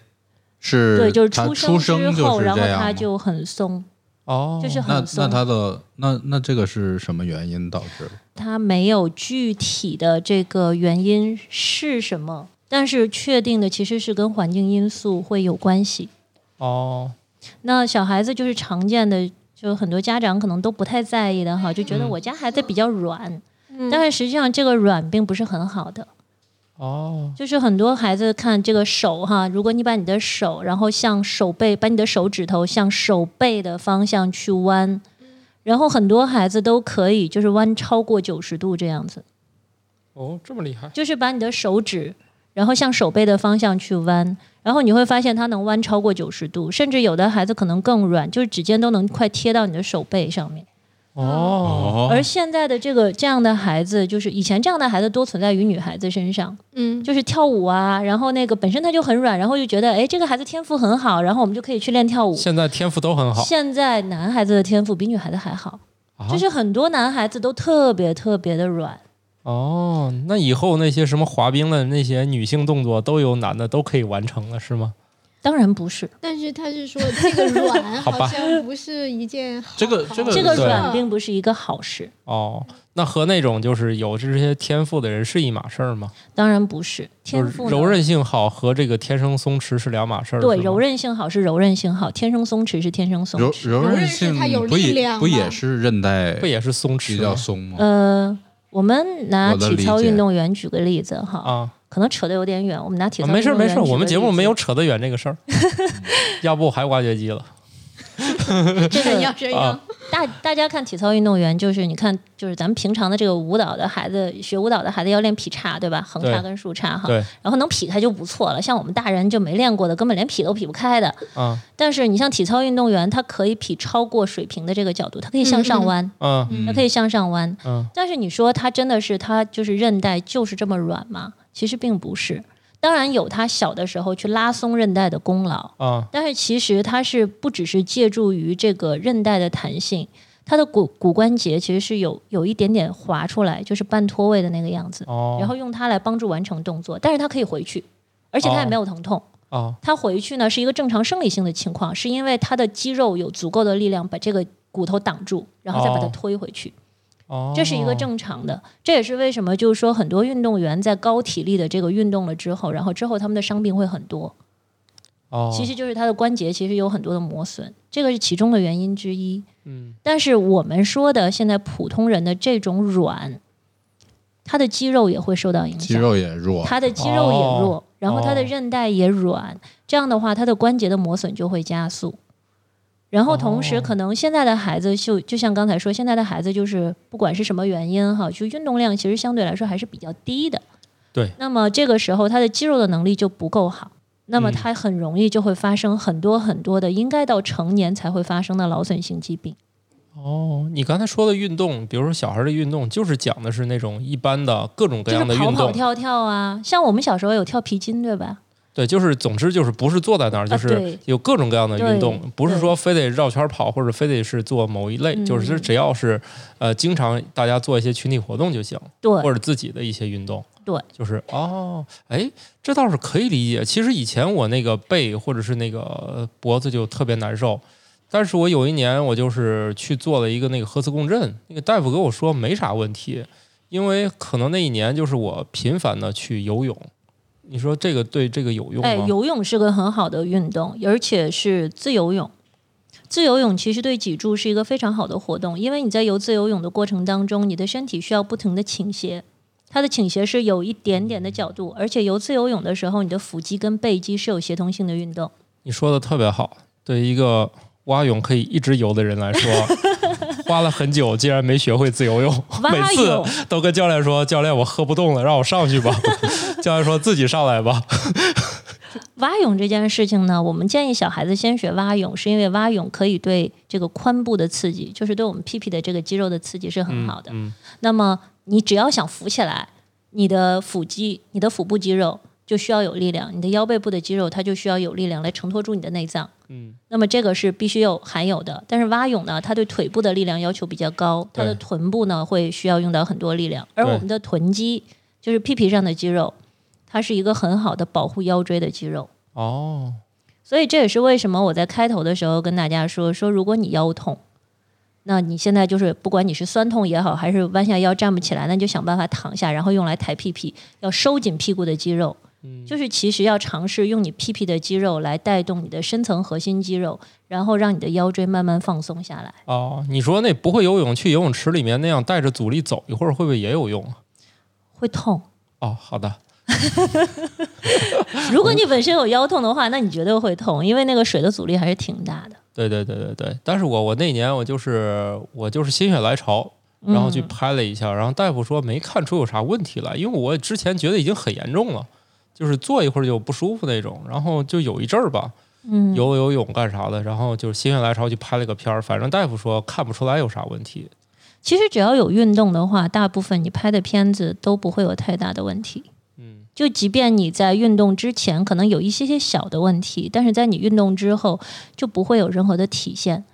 B: 是
D: 对，就是
B: 他
D: 出
B: 出
D: 生之
B: 生
D: 后，
B: 是
D: 然
B: 这
D: 后
B: 样吗
D: 他就嗯很松，
A: 哦，
D: 就是
B: 那
D: 很松。
B: 那他的那那这个是什么原因导致的？
D: 他没有具体的这个原因是什么，但是确定的其实是跟环境因素会有关系。
A: 哦，
D: 那小孩子就是常见的，就很多家长可能都不太在意的哈，就觉得
A: 嗯
D: 我家孩子比较软，
E: 嗯
D: 但是实际上这个软并不是很好的。
A: 哦，
D: 就是很多孩子看这个手哈，如果你把你的手，然后向手背，把你的手指头向手背的方向去弯，然后很多孩子都可以就是弯超过九十度这样子，
A: 哦，这么厉害，
D: 就是把你的手指，然后向手背的方向去弯，然后你会发现它能弯超过九十度，甚至有的孩子可能更软，就是指尖都能快贴到你的手背上面。
A: 哦，
B: 哦
D: 而现在的这个这样的孩子，就是以前这样的孩子多存在于女孩子身上。
E: 嗯，
D: 就是跳舞啊，然后那个本身他就很软，然后就觉得哎，这个孩子天赋很好，然后我们就可以去练跳舞。
A: 现在天赋都很好，
D: 现在男孩子的天赋比女孩子还好，
A: 啊
D: 就是很多男孩子都特别特别的软。
A: 哦，那以后那些什么滑冰的那些女性动作，都由男的都可以完成了，是吗？
D: 当然不是，
E: 但是他是说这个 软
A: 好吧
E: 好像不是一件好
B: 这个
E: 好
B: 这个
D: 这个
A: 对
D: 软并不是一个好事，
A: 哦，那和那种就是有这些天赋的人是一码事儿吗？
D: 当然不是。
A: 就
D: 天
A: 是
D: 赋呢
A: 柔韧性好和这个天生松弛是两码事儿。
D: 对
A: 是吗
D: 柔韧性好是柔韧性好，天生松弛是天生松
B: 柔
D: 弛。
B: 柔
E: 柔
B: 韧
E: 韧是
B: 性
E: 它有
B: 不
E: 力
B: 也
E: 量
B: 不也
E: 吗
B: 是韧带
A: 不也是松
B: 比
A: 弛
B: 较
A: 吗
B: 松吗？
D: 呃，我们拿
B: 我的
D: 体操
B: 理解
D: 运动员举个例子哈，
A: 啊？
D: 可能扯得有点远，我们拿体
A: 啊
D: 操、
A: 没事儿没事儿，我们节目没有
D: 扯
A: 扯得远这个 事儿，要不我还挖掘机了
D: 这
E: 人
D: 个
E: 要这样
A: 啊？
D: 大大家看体操运动员，就是你看，就是咱们平常的这个舞蹈的孩子，学舞蹈的孩子要练劈叉，对吧？横
A: 对
D: 叉跟竖叉哈，
A: 对
D: 然后能劈开就不错了。像我们大人就没练过的，根本连劈都劈不开的。
A: 啊
D: 但是你像体操运动员，他可以劈超过水平的这个角度，他可以向上弯，
A: 嗯
B: 嗯
D: 他可以向上弯。
A: 嗯
D: 但是你说它真的是它就是韧带就是这么软吗？其实并不是。当然有他小的时候去拉松韧带的功劳，
A: 啊
D: 但是其实它是不只是借助于这个韧带的弹性，它的骨骨关节其实是有有一点点滑出来，就是半脱位的那个样子，
A: 哦，
D: 然后用它来帮助完成动作。但是它可以回去，而且它也没有疼痛。
A: 哦
D: 它回去呢是一个正常生理性的情况，是因为它的肌肉有足够的力量把这个骨头挡住，然后再把它
A: 哦
D: 推回去。
A: 哦，
D: 这是一个正常的，这也是为什么就是说很多运动员在高体力的这个运动了之后，然后之后他们的伤病会很多，
A: 哦，
D: 其实就是他的关节其实有很多的磨损，这个是其中的原因之一。
A: 嗯
D: 但是我们说的现在普通人的这种软，他的肌肉也会受到影
B: 肌
D: 响，
B: 肉也弱，
D: 他的肌肉也弱，
A: 哦
D: 然后他的韧带也软，这样的话他的关节的磨损就会加速。然后同时，
A: 哦
D: 可能现在的孩子就就像刚才说，现在的孩子就是不管是什么原因哈，就运动量其实相对来说还是比较低的。
A: 对。
D: 那么这个时候他的肌肉的能力就不够好，那么
A: 嗯
D: 他很容易就会发生很多很多的应该到成年才会发生的劳损性疾病。
A: 哦，你刚才说的运动，比如说小孩儿的运动，就是讲的是那种一般的各种各
D: 就
A: 样的
D: 是
A: 运
D: 跑
A: 动，
D: 跑跳跳啊，像我们小时候有跳皮筋，对吧？
A: 对，就是总之就是不是坐在那儿，就
D: 啊对
A: 是有各种各样的运动，
D: 对
A: 不是说非得绕圈儿跑或者非得是做某一类，
D: 嗯
A: 就是只要是呃经常大家做一些群体活动就行，
D: 对
A: 或者自己的一些运动。
D: 对，
A: 就是哦，哎，这倒是可以理解。其实以前我那个背或者是那个呃脖子就特别难受，但是我有一年我就是去做了一个那个核磁共振，那个大夫跟我说没啥问题，因为可能那一年就是我频繁的去游泳。你说这个对这个有用吗？
D: 哎，游泳是个很好的运动，而且是自由泳。自由泳其实对脊柱是一个非常好的活动，因为你在游自由泳的过程当中，你的身体需要不停的倾斜，它的倾斜是有一点点的角度，而且游自由泳的时候，你的腹肌跟背肌是有协同性的运动。
A: 你说的特别好，对一个蛙泳可以一直游的人来 说，花了很久，竟然没学会自由泳。每
D: 蛙泳
A: 次都跟教练说：“教练，我喝不动了，让我上去 吧。”教练说：“自己上来吧。
D: 蛙泳这件事情呢，我们建议小孩子先学蛙泳，是因为蛙泳可以对这个髋部的刺激，就是对我们屁屁的这个肌肉的刺激是”很好的。
A: 嗯，
D: 那么你只要想浮起来，你的腹肌、你的腹部肌肉就需要有力量，你的腰背部的肌肉它就需要有力量来承托住你的内脏。
A: 嗯，
D: 那么这个是必须有含有的。但是蛙泳呢，它对腿部的力量要求比较高，它的
A: 对
D: 臀部呢会需要用到很多力量，而
A: 对
D: 我们的臀肌就是屁屁上的肌肉，它是一个很好的保护腰椎的肌肉。
A: 哦，
D: 所以这也是为什么我在开头的时候跟大家说说，如果你腰痛，那你现在就是不管你是酸痛也好，还是弯下腰站不起来，那你就想办法躺下，然后用来抬屁屁，要收紧屁股的肌肉。就是其实要尝试用你屁屁的肌肉来带动你的深层核心肌肉，然后让你的腰椎慢慢放松下来。
A: 哦，你说那不会游泳去游泳池里面那样带着阻力走一会儿，会不会也有用啊？
D: 会痛，
A: 哦，好的，
D: 如果你本身有腰痛的话，那你绝对会痛，因为那个水的阻力还是挺大的。
A: 对对对对对。但是我我那年我就是我就是心血来潮，
D: 嗯
A: 然后去拍了一下，然后大夫说没看出有啥问题来，因为我之前觉得已经很严重了，就是坐一会儿就不舒服那种，然后就有一阵儿吧，
D: 嗯，
A: 游游泳干啥的，然后就心血来潮去拍了个片儿，反正大夫说看不出来有啥问题。
D: 其实只要有运动的话，大部分你拍的片子都不会有太大的问题。
A: 嗯，
D: 就即便你在运动之前可能有一些些小的问题，但是在你运动之后就不会有任何的体现。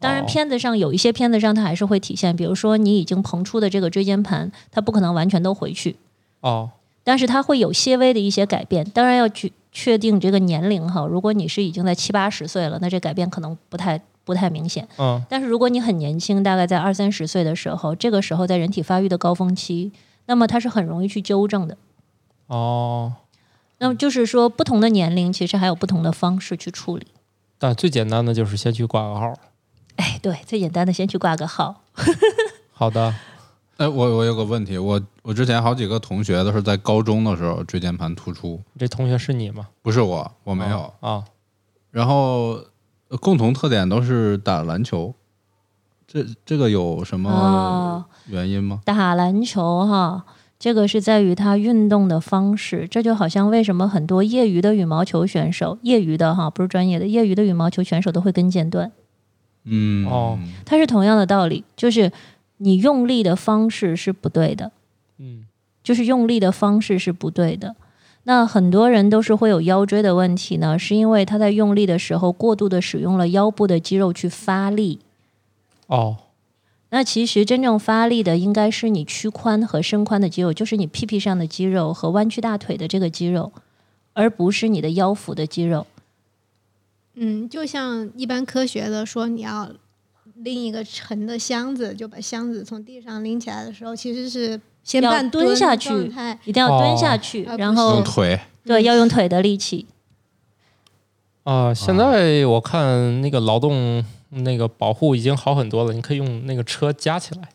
D: 当然，
A: 哦
D: 片子上有一些片子上它还是会体现，比如说你已经膨出的这个椎间盘，它不可能完全都回去，
A: 哦
D: 但是它会有些微的一些改变。当然要具确定这个年龄哈。如果你是已经在七八十岁了，那这改变可能不太不太明显。
A: 嗯
D: 但是如果你很年轻，大概在二三十岁的时候，这个时候在人体发育的高峰期，那么它是很容易去纠正的。
A: 哦，
D: 那么就是说，不同的年龄其实还有不同的方式去处理。
A: 但最简单的就是先去挂个号。
D: 哎，对，最简单的先去挂个号。
A: 好的，
B: 哎，我我有个问题，我我之前好几个同学都是在高中的时候椎间盘突出，
A: 这同学是你吗？
B: 不是我，我没有。
A: 啊，
B: 然后呃共同特点都是打篮球，这这个有什么
D: 哦
B: 原因吗？
D: 打篮球哈，这个是在于他运动的方式。这就好像为什么很多业余的羽毛球选手，业余的哈，不是专业的，业余的羽毛球选手都会跟腱断。
B: 嗯，
A: 哦
D: 它是同样的道理，就是你用力的方式是不对的。
A: 嗯
D: 就是用力的方式是不对的。那很多人都是会有腰椎的问题呢，是因为他在用力的时候过度的使用了腰部的肌肉去发力。
A: 哦
D: 那其实真正发力的应该是你屈髋和伸髋的肌肉，就是你屁屁上的肌肉和弯曲大腿的这个肌肉，而不是你的腰腹的肌肉。
E: 嗯，就像一般科学的说，你要拎一个沉的箱子，就把箱子从地上拎起来的时候，其实是先
D: 要
E: 半
D: 蹲下去
E: 状态嗯
D: 一定要蹲下去，
E: 哦
D: 然
B: 用
D: 后
B: 腿
D: 对要用腿的力气。
A: 啊，现在我看那个劳动那个保护已经好很多了，你可以用那个车夹起 来，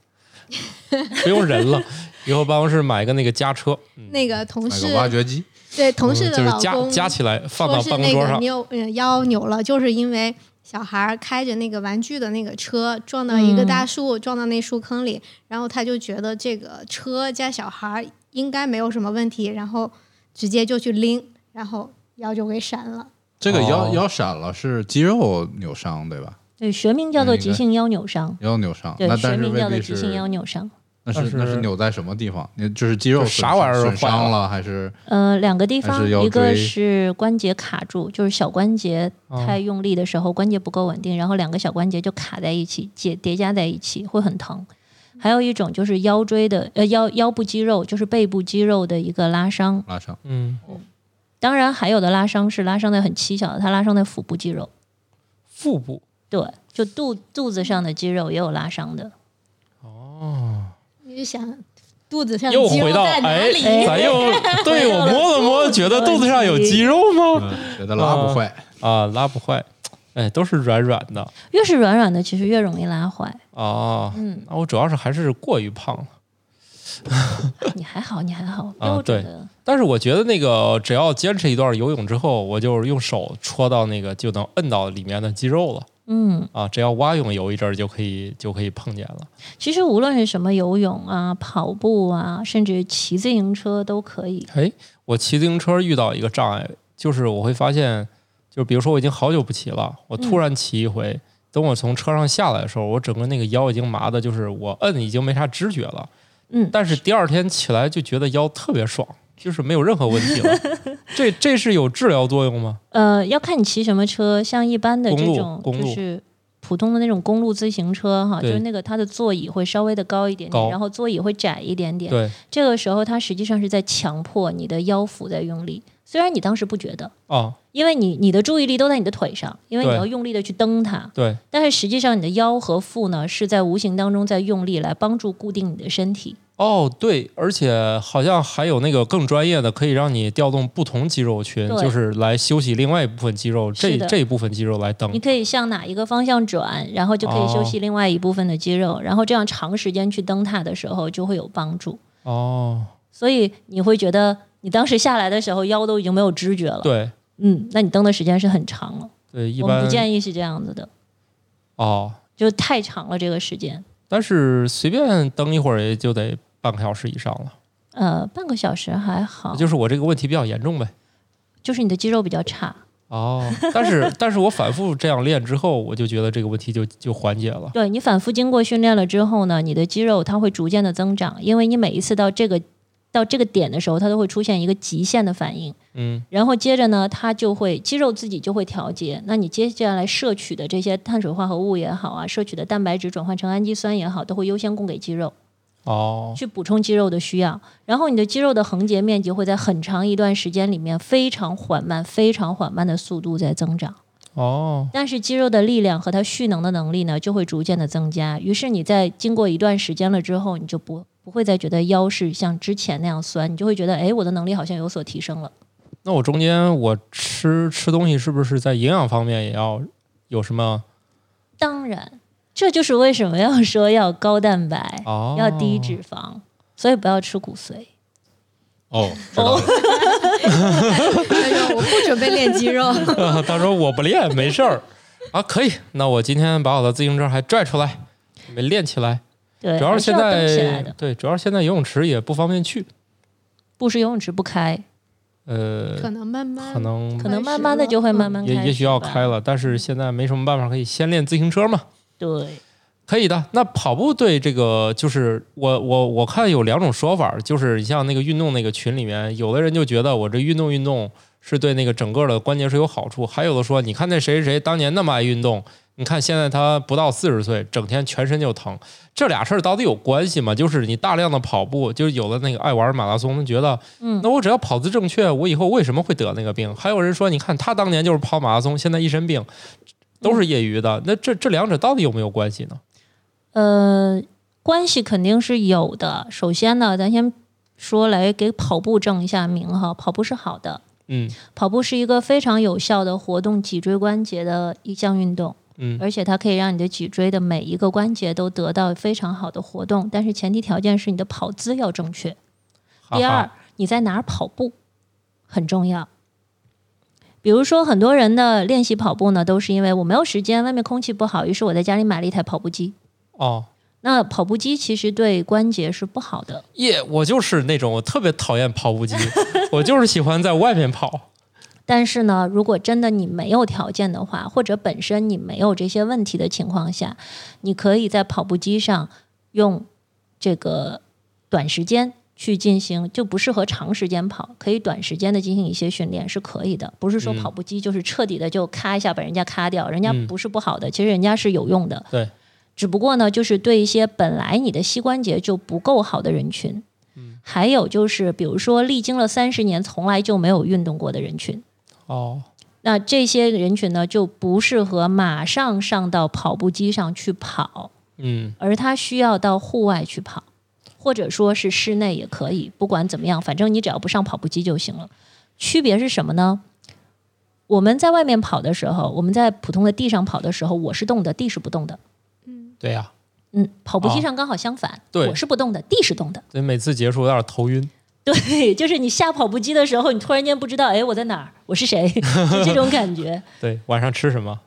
A: 不用人了。以后办公室买个那个夹车，嗯
E: 那个同
B: 买
E: 事
B: 个挖掘机，
E: 对同事的
A: 就是
E: 老
A: 夹
E: 公
A: 夹起来放
E: 说
A: 到
E: 是
A: 办公
E: 那
A: 桌
E: 个
A: 上。
E: 扭呃腰扭了，就是因为小孩儿开着那个玩具的那个车撞到一个大树，撞到那树坑里，然后他就觉得这个车加小孩儿应该没有什么问题，然后直接就去拎，然后腰就给闪了。
B: 这个腰、
A: 哦
B: 腰闪了是肌肉扭伤对吧？
D: 对，学名叫做
B: 那个
D: 急性腰扭伤。
B: 腰扭伤，
D: 对
B: 那，
D: 学
B: 但是
D: 名叫
B: 未
D: 做
B: 必
D: 急性腰
B: 是，
D: 扭伤。
B: 那
A: 但
B: 是那
A: 是
B: 是扭在什么地方？你就是肌肉
A: 就啥玩意儿
B: 损
A: 坏了
B: 伤了还是
D: 呃，两个地
B: 还
D: 方
B: 是，腰
D: 一个
B: 椎
D: 是关节卡住，就是小关节
A: 啊
D: 太用力的时候，关节不够稳定，然后两个小关节就卡在一起，叠叠加在一起会很疼。还有一种就是腰椎的呃腰腰部肌肉，就是背部肌肉的一个拉伤。
B: 拉伤？
A: 嗯，
D: 当然，还有的拉伤是拉伤在很蹊跷的，它拉伤在腹部肌肉，
A: 腹部
D: 对，就肚肚子上的肌肉也有拉伤的。
E: 你就想肚子上
A: 又
E: 肌
A: 回
E: 肉
A: 到
E: 在哪
A: 哎
E: 里？，
A: 咱又对我摸了 摸，觉得肚子上有肌肉吗？
B: 觉得拉不坏，
A: 啊，拉不坏，哎，都是软软的
D: 越是软软的，其实越容易拉坏。
A: 啊。
D: 嗯，
A: 那我主要是还是过于胖了。
D: 你还好，你还好，
A: 啊
D: 标准
A: 对
D: 的。
A: 但是我觉得那个只要坚持一段游泳之后，我就是用手戳到那个就能摁到里面的肌肉了
D: 嗯。
A: 啊！只要蛙泳游一阵儿就可以就可以碰见了。
D: 其实无论是什么游泳啊、跑步啊，甚至骑自行车都可以。
A: 哎，我骑自行车遇到一个障碍，就是我会发现，就比如说我已经好久不骑了，我突然骑一回，等我从车上下来的时候，我整个那个腰已经麻的，就是我摁已经没啥知觉了。
D: 嗯，
A: 但是第二天起来就觉得腰特别爽，就是没有任何问题了。 这这是有治疗作用吗？
D: 呃，要看你骑什么车，像一般的这种
A: 公路公
D: 就
A: 路
D: 是普通的那种公路自行车哈，就
A: 对
D: 是那个它的座椅会稍微的高一点
A: 高
D: 点，然后座椅会窄一点点。
A: 对
D: 这个时候它实际上是在强迫你的腰腹在用力，虽然你当时不觉得。
A: 啊，
D: 因为你你的注意力都在你的腿上，因为你
A: 对
D: 要用力的去蹬它，
A: 对
D: 但是实际上你的腰和腹呢是在无形当中在用力来帮助固定你的身体。
A: 哦，对，而且好像还有那个更专业的，可以让你调动不同肌肉群，
D: 对
A: 就是来休息另外一部分肌肉，这
D: 是的
A: 这一部分肌肉来蹬
D: 你。可以向哪一个方向转，然后就可以休息另外一部分的肌肉，然后这样长时间去蹬它的时候就会有帮助。
A: 哦，
D: 所以你会觉得你当时下来的时候腰都已经没有知觉了，
A: 对
D: 嗯，那你蹬的时间是很长了。
A: 对，一
D: 我们
A: 般
D: 不建议是这样子的，
A: 哦，
D: 就太长了这个时间，
A: 但是随便蹬一会儿也就得半个小时以上了。
D: 呃，半个小时还好，
A: 就是我这个问题比较严重呗。
D: 就是你的肌肉比较差。
A: 哦，但是 但是我反复这样练之后，我就觉得这个问题就就缓解了。
D: 对你反复经过训练了之后呢，你的肌肉它会逐渐的增长，因为你每一次到这个到这个点的时候，它都会出现一个极限的反应。
A: 嗯，
D: 然后接着呢，它就会肌肉自己就会调节。那你接下来摄取的这些碳水化合物也好啊，摄取的蛋白质转换成氨基酸也好，都会优先供给肌肉。
A: 哦，
D: 去补充肌肉的需要。然后你的肌肉的横截面积会在很长一段时间里面非常缓慢、非常缓慢的速度在增长。
A: 哦，
D: 但是肌肉的力量和它蓄能的能力呢，就会逐渐的增加。于是你在经过一段时间了之后，你就不不会再觉得腰是像之前那样酸，你就会觉得，哎，我的能力好像有所提升了。
A: 那我中间我吃吃东西是不是在营养方面也要有什么？
D: 当然，这就是为什么要说要高蛋白，
A: 哦，
D: 要低脂肪，所以不要吃骨髓。
B: 哦，知道了，
E: 哎呦，我不准备练肌 肉，
A: 啊他说我不练，没事儿啊，可以。那我今天把我的自行车还拽出来，没练起来。
D: 对，
A: 主要
D: 还
A: 是
D: 是
A: 现
D: 要动起来
A: 在
D: 的。
A: 对，主要是现在游泳池也不方便去，
D: 不是游泳池不开，
A: 呃，
E: 可能慢慢
A: 可能
D: 可能慢慢的就会慢慢开
A: 也
D: 始吧，
A: 也许要开了，但是现在没什么办法，可以先练自行车嘛。
D: 对，
A: 可以的。那跑步对这个，就是我我我看有两种说法，就是你像那个运动那个群里面，有的人就觉得我这运动运动是对那个整个的关节是有好处，还有的说，你看那谁谁谁当年那么爱运动，你看现在他不到四十岁，整天全身就疼，这俩事儿到底有关系吗？就是你大量的跑步，就是有的那个爱玩马拉松，觉得，
D: 嗯
A: 那我只要跑姿正确，我以后为什么会得那个病？还有人说，你看他当年就是跑马拉松，现在一身病。都是业余的，那这这两者到底有没有关系呢？
D: 呃，关系肯定是有的。首先呢，咱先说来给跑步正一下名哈，跑步是好的，
A: 嗯
D: 跑步是一个非常有效的活动脊椎关节的一项运动，
E: 呃
A: 嗯
D: 而且它可以让你的脊椎的每一个关节都得到非常好的活动，但是前提条件是你的跑姿要正确。，
A: 哈
D: 第
A: 啊哈
D: 二，，你在哪儿跑步很重要。比如说，很多人的练习跑步呢，都是因为我没有时间，外面空气不好，于是我在家里买了一台跑步机。
A: 哦，
D: 那跑步机其实对关节是不好的，
A: 耶、我就是那种我特别讨厌跑步机， 我就是喜欢在外面跑。
D: 但是呢，如果真的你没有条件的话，或者本身你没有这些问题的情况下，你可以在跑步机上用这个短时间去进行，就不适合长时间跑，可以短时间的进行一些训练是可以的。不是说
A: 嗯
D: 跑步机就是彻底的就咔一下把人家咔掉，人家
A: 嗯
D: 不是不好的，其实人家是有用的。
A: 对，
D: 只不过呢，就是对一些本来你的膝关节就不够好的人群。还有就是，比如说历经了三十年从来就没有运动过的人群，
A: 哦，
D: 那这些人群呢，就不适合马上上到跑步机上去跑，
A: 嗯，
D: 而他需要到户外去跑，或者说是室内也可以，不管怎么样，反正你只要不上跑步机就行了。区别是什么呢？我们在外面跑的时候，我们在普通的地上跑的时候，我是动的，地是不动的。
A: 对呀、
D: 嗯，跑步
A: 哦
D: 机上刚好相反，
A: 对
D: 我是不动的，地是动的。
A: 所以每次结束有点头晕。
D: 对，就是你下跑步机的时候，你突然间不知道，哎，我在哪儿，我是谁， 就这种感觉。
A: 对，晚上吃什么？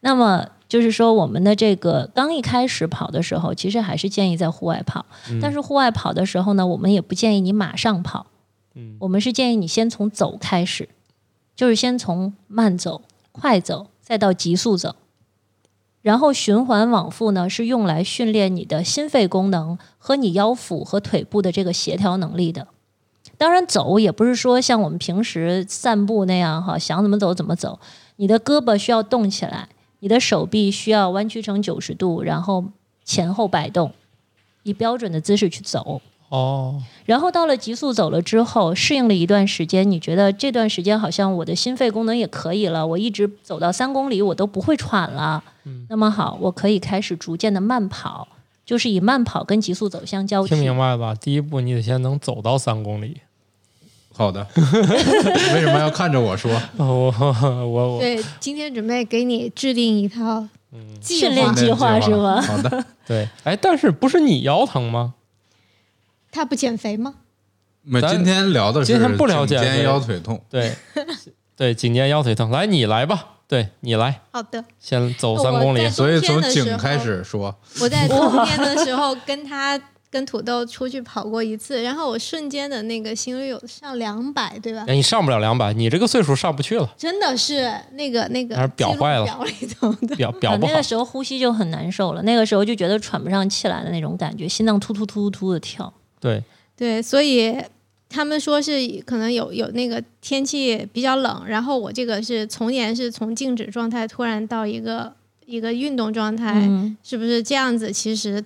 D: 那么就是说，我们的这个刚一开始跑的时候，其实还是建议在户外跑。但是户外跑的时候呢，我们也不建议你马上跑，
A: 嗯
D: 我们是建议你先从走开始，就是先从慢走、快走，再到急速走。然后循环往复呢，是用来训练你的心肺功能和你腰腹和腿部的这个协调能力的。当然，走也不是说像我们平时散步那样哈，想怎么走怎么走。你的胳膊需要动起来，你的手臂需要弯曲成九十度，然后前后摆动，以标准的姿势去走。
A: 哦，
D: 然后到了急速走了之后，适应了一段时间，你觉得这段时间好像我的心肺功能也可以了，我一直走到三公里我都不会喘了。
A: 嗯
D: 那么好，我可以开始逐渐的慢跑，就是以慢跑跟急速走相交
A: 听
D: 替啊
A: 明。白了吧？第一步你得先能走到三公里。
B: 好的，为什么要看着我说？
A: 哦 我我我，
E: 对，今天准备给你制定一套
A: 嗯
E: 计划
D: 训 练计划是吗？
B: 好的，
A: 对，哎，但是不是你腰疼吗？
E: 他不减肥吗？
B: 没，
A: 咱
B: 今天聊的是
A: 今天不了解
B: 颈肩
A: 对
B: 腰腿痛，
A: 对 对，颈肩腰腿疼，来你来吧，对你来，
E: 好的，
A: 先走
E: 我
A: 三公里
E: 在。
B: 所以从
E: 冬天的时
B: 颈
E: 候
B: 开始说，
E: 我在冬天的时候跟他跟土豆出去跑过一次，然后我瞬间的那个心率有上两百，对吧？
A: 哎，你上不了两百，你这个岁数上不去了，
E: 真的是那个那个
A: 还是表
E: 记录
A: 坏了
E: 表里头的，
A: 表表
D: 啊
A: 不
D: 那
A: 好
D: 个。时候呼吸就很难受了，那个时候就觉得喘不上气来的那种感觉，心脏突突突突突的跳。
A: 对，
E: 对，所以他们说是可能有有那个天气比较冷，然后我这个是从严是从静止状态突然到一个一个运动状态，
D: 嗯，
E: 是不是这样子？其实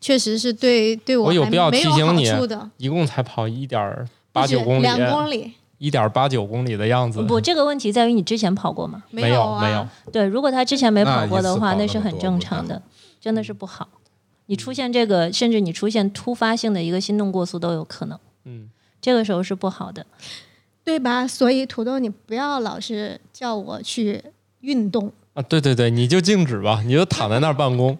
E: 确实是对对
A: 我有
E: 还
A: 必要
E: 没
A: 提
E: 有
A: 醒
E: 好
A: 你
E: 处的，
A: 一共才跑一点
E: 不
A: 八
E: 止
A: 九公里，
E: 两公里
A: 一点八九公里的样子。
D: 不，这个问题在于你之前跑过吗？
A: 没
E: 有
A: 有
E: 啊，
A: 没有，
D: 对，如果他之前没
B: 那
D: 跑过
B: 一
D: 的
B: 次
D: 话，
B: 跑
D: 那
B: 那
D: 是
B: 么
D: 很
B: 多
D: 正
B: 不
D: 常
B: 太嗯
D: 的，真的是不好。你出现这个，甚至你出现突发性的一个心动过速都有可能，
A: 嗯，
D: 这个时候是不好的。
E: 对吧？所以土豆，你不要老是叫我去运动，
A: 啊，对对对，你就静止吧，你就躺在那儿办公。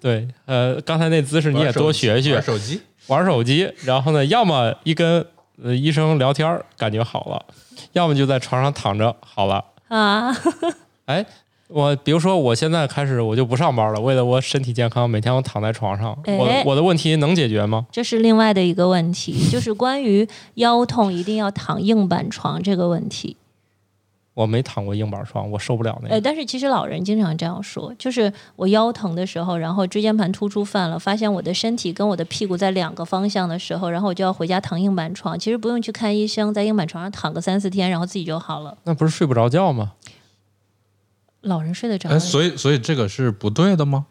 A: 对，呃，刚才那姿势你也多学学
B: 玩，手机，
A: 玩手机，然后呢，要么一跟呃医生聊天儿，感觉好了，要么就在床上躺着好了。
D: 啊，
A: 哎，我比如说我现在开始我就不上班了，为了我身体健康，每天我躺在床上，
D: 哎
A: 我我的问题能解决吗？
D: 这是另外的一个问题，就是关于腰痛一定要躺硬板床这个问题。
A: 我没躺过硬板床，我受不了那
D: 哎，
A: 个。
D: 但是其实老人经常这样说，就是我腰疼的时候，然后椎间盘突出犯了，发现我的身体跟我的屁股在两个方向的时候，然后我就要回家躺硬板床。其实不用去看医生，在硬板床上躺个三四天，然后自己就好了。
A: 那不是睡不着觉吗？
D: 老人睡得着
B: 哎，
A: 呃
D: 吗，
B: 所以所以这个是不对的 吗？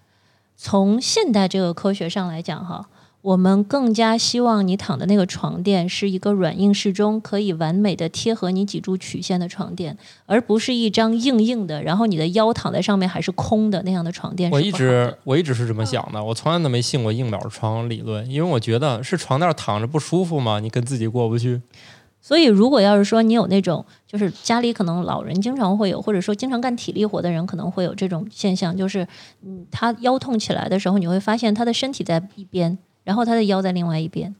D: 从现代这个科学上来讲，哈，我们更加希望你躺的那个床垫是一个软硬适中，可以完美的贴合你脊柱曲线的床垫，而不是一张硬硬的，然后你的腰躺在上面还是空的那样的床垫是不
A: 我
D: 好的。
A: 一直我一直是这么想的，我从来都没信过硬板床理论，因为我觉得是床那儿躺着不舒服嘛，你跟自己过不去。
D: 所以，如果要是说你有那种，就是家里可能老人经常会有，或者说经常干体力活的人可能会有这种现象，就是，嗯，他腰痛起来的时候，你会发现他的身体在一边，然后他的腰在另外一边，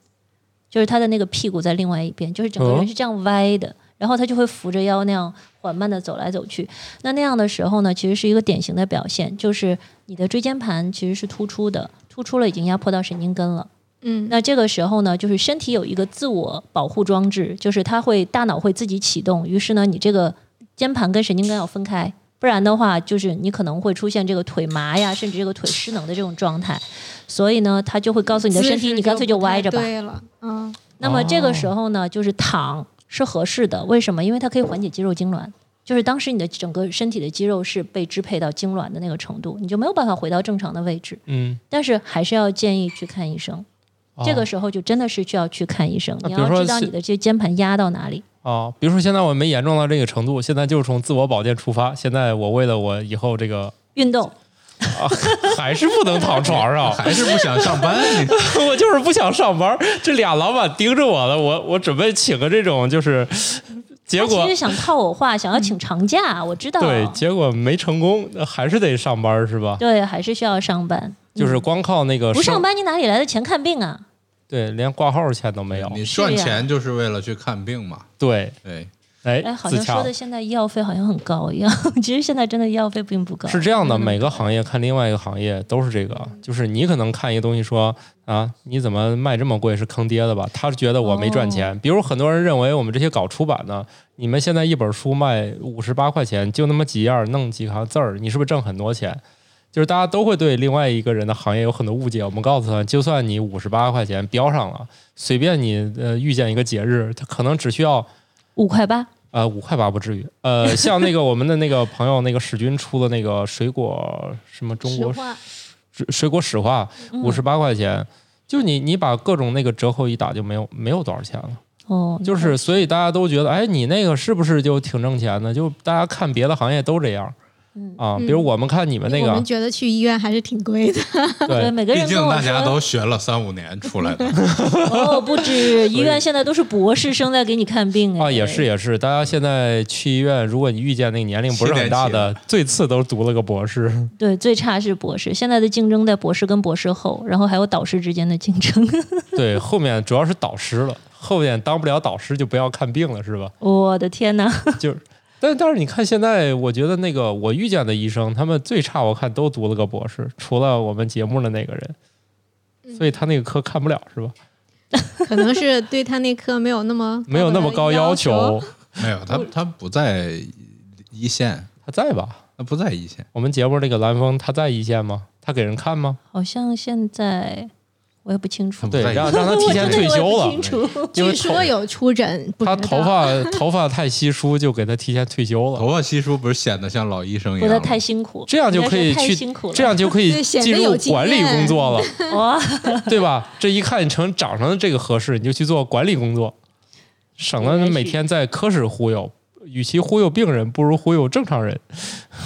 D: 就是他的那个屁股在另外一边，就是整个人是这样歪的，然后他就会扶着腰那样缓慢的走来走去。那那样的时候呢，其实是一个典型的表现，就是你的椎间盘其实是突出的，突出了已经压迫到神经根了。
E: 嗯，
D: 那这个时候呢，就是身体有一个自我保护装置，就是它会大脑会自己启动，于是呢，你这个肩盘跟神经根要分开，不然的话，就是你可能会出现这个腿麻呀，甚至这个腿失能的这种状态。所以呢，它就会告诉你的
E: 姿
D: 身体，
E: 势
D: 你干脆就
E: 不太
D: 歪着吧。
E: 对了，嗯，
D: 那么这个时候呢，就是躺是合适的，为什么？因为它可以缓解肌肉痉挛。就是当时你的整个身体的肌肉是被支配到痉挛的那个程度，你就没有办法回到正常的位置。
A: 嗯，
D: 但是还是要建议去看医生。
A: 哦
D: 这个时候就真的是需要去看医生，
A: 那
D: 你
A: 比如
D: 要
A: 说
D: 知道
A: 是
D: 你的这肩盘压到哪里。
A: 啊，比如说现在我没严重到这个程度，现在就是从自我保健出发。现在我为了我以后这个
D: 运动，
A: 啊， 还是不能躺床上，
B: 还是不想上 班？你
A: 我就是不想上班。这俩老板盯着我了，我我准备请个这种就是，结
D: 他
A: 果
D: 其实想套我话，想要请长假，我知道。
A: 对，结果没成功，还是得上班是吧？
D: 对还是需要上班。
A: 就是光靠那个
D: 不
A: 生
D: 上，班，你哪里来的钱看病啊？
A: 对，连挂号钱都没有。
B: 你
D: 是呀
B: 赚钱就是为了去看病嘛？
A: 对，
B: 对，
A: 哎
D: 哎，，好
A: 自
D: 像说
A: 洽
D: 的现在医药费好像很高一样， 其实现在真的医药费并不高。
A: 是这样的，每个行业看另外一个行业都是这个，
D: 嗯
A: 就是你可能看一个东西说啊，你怎么卖这么贵是坑爹的吧？他觉得我没赚
D: 哦
A: 钱。比如很多人认为我们这些搞出版的，你们现在一本书卖五十八块钱，就那么几页，弄几行字儿，你是不是挣很多钱？就是大家都会对另外一个人的行业有很多误解。我们告诉他，就算你五十八块钱标上了，随便你呃遇见一个节日，他可能只需要
D: 五块八，
A: 呃，五块八不至于。呃，像那个我们的那个朋友那个史军出的那个水果什么中
E: 实
A: 国
E: 话，
A: 水水果史话，
D: 嗯
A: 五十八块钱，就你你把各种那个折扣一打就没有没有多少钱了。
D: 哦，
A: 就是所以大家都觉得，哎，你那个是不是就挺挣钱的？就大家看别的行业都这样
D: 嗯，
A: 啊。
E: 嗯
A: 比如我们看你们那
E: 我们
A: 个，
E: 觉得去医院还是挺贵 的，
D: 对
A: 对，
D: 每个
B: 毕
D: 人
B: 竟
D: 跟我
B: 大家
D: 说
B: 都学了三五年出来 的，
D: 哦，不止医院现在都是博士生在给你看病哎
A: 啊，也是也是，大家现在去医院，如果你遇见那个年龄不是很大的，最次都读了个博士。
D: 对，最差是博士。现在的竞争在博士跟博士后，然后还有导师之间的竞争。
A: 对，后面主要是导师了，后面当不了导师就不要看病了，是吧？
D: 我的天哪！
A: 就是，但但是你看现在，我觉得那个我遇见的医生，他们最差我看都读了个博士，除了我们节目的那个人，
E: 嗯
A: 所以他那个科看不了是吧？
E: 可能是对他那科没有那么
A: 没有那么高
E: 的
A: 要
E: 要
A: 求，
B: 没有他他不在一线，
A: 他在吧？
B: 他不在一线。
A: 我们节目那个蓝峰他在一线吗？他给人看吗？
D: 好像现在我也不清楚。
A: 对，
B: 在意
A: 让让他提前退休
D: 我
A: 了
D: 真的我也不清，楚。
A: 因为
E: 据
A: 头
E: 说有出诊， 不
A: 他
E: 知道
A: 头发头发太稀疏，就给他提前退休 了，
B: 头发稀疏不是显得像老医生一
D: 过
B: 样
D: 得
B: 吗？
D: 太辛苦，
A: 哎这样就可以
D: 应该是太
A: 去
D: 辛苦了。啊
A: 这 样就可以
E: 对显得
A: 进入
E: 有经
A: 管理
E: 验
A: 工作了，
D: 哇，
A: 对吧？这一看你成长上的这个合适，你就去做管理工作，省得你每天在科室忽悠。与其忽悠病人，不如忽悠正常人。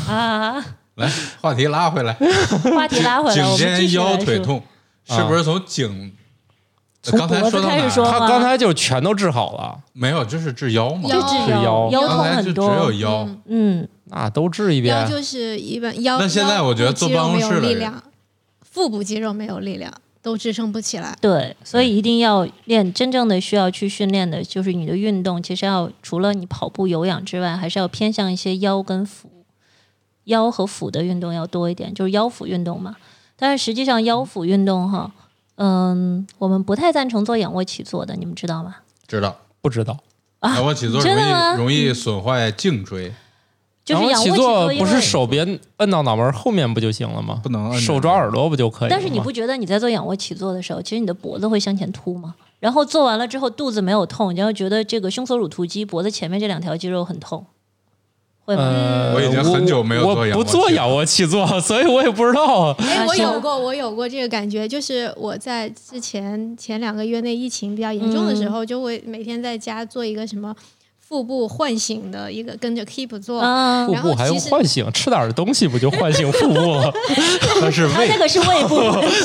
D: 啊，
B: 来，话题拉回来，
D: 话题拉回来，
B: 颈
D: 我们继
B: 肩
D: 续
B: 腰
D: 来
B: 腿
D: 说，啊
B: 痛是不是从颈？
D: 从
B: 刚才
D: 脖子
B: 说到
D: 开始
B: 哪儿啊
D: 说
A: 他
D: 哇
A: 刚才就全都治好了，
B: 没有，就是治腰嘛。
E: 腰
D: 这
A: 是
D: 只
A: 腰
D: 腰痛
B: 刚才就
D: 很
B: 只有
D: 多，
B: 腰，
E: 嗯
D: 嗯，
A: 那都治一
E: 腰
A: 遍。
E: 就是一般腰。
B: 那现在
E: 腰
B: 我觉得
E: 部
B: 坐
E: 肌肉
B: 办公
E: 没有
B: 室的
E: 力
B: 人
E: 量，腹部肌肉没有力量，都支撑不起来。
D: 对，所以一定要练。真正的需要去训练的就是你的运动，其实要除了你跑步、有氧之外，还是要偏向一些腰跟腹、腰和腹的运动要多一点，就是腰腹运动嘛。但是实际上腰腹运动哈，嗯，我们不太赞成做仰卧起坐的，你们知道吗？
B: 知道。
A: 不知道
D: 啊
B: 仰卧起坐
D: 真
B: 容
D: 的吗
B: 易容
D: 嗯
B: 易损坏颈椎，
D: 就是
A: 然
D: 仰
A: 后
D: 卧
A: 起
D: 起
A: 坐
D: 坐
A: 不
D: 因
A: 是
D: 为。
A: 手别摁到脑门后面不就行了吗？
B: 不能摁着
A: 手抓耳朵不就可以了吗？
D: 但是你不觉得你在做仰卧起坐的时候，其实你的脖子会向前凸吗？然后做完了之后肚子没有痛，你要觉得这个胸锁乳突肌脖子前面这两条肌肉很痛，会吗？
A: 呃，
B: 我已经很久没有
A: 我
B: 做
A: 我
B: 仰
A: 不
B: 卧起
A: 做
B: 坐
A: 仰卧起坐，所以我也不知道 啊。
E: 哎，
D: 啊
E: 我
D: 是吗
E: 有过，我有过这个感觉，就是我在之前前两个月内疫情比较严重的
D: 嗯
E: 时候，就会每天在家做一个什么腹部唤醒的一个跟着 Keep 做，
D: 啊，
A: 腹
E: 然后
A: 部还用
E: 其实
A: 唤醒，吃点儿东西不就唤醒腹部了？
B: 但是
D: 他那
B: 胃
D: 个是胃部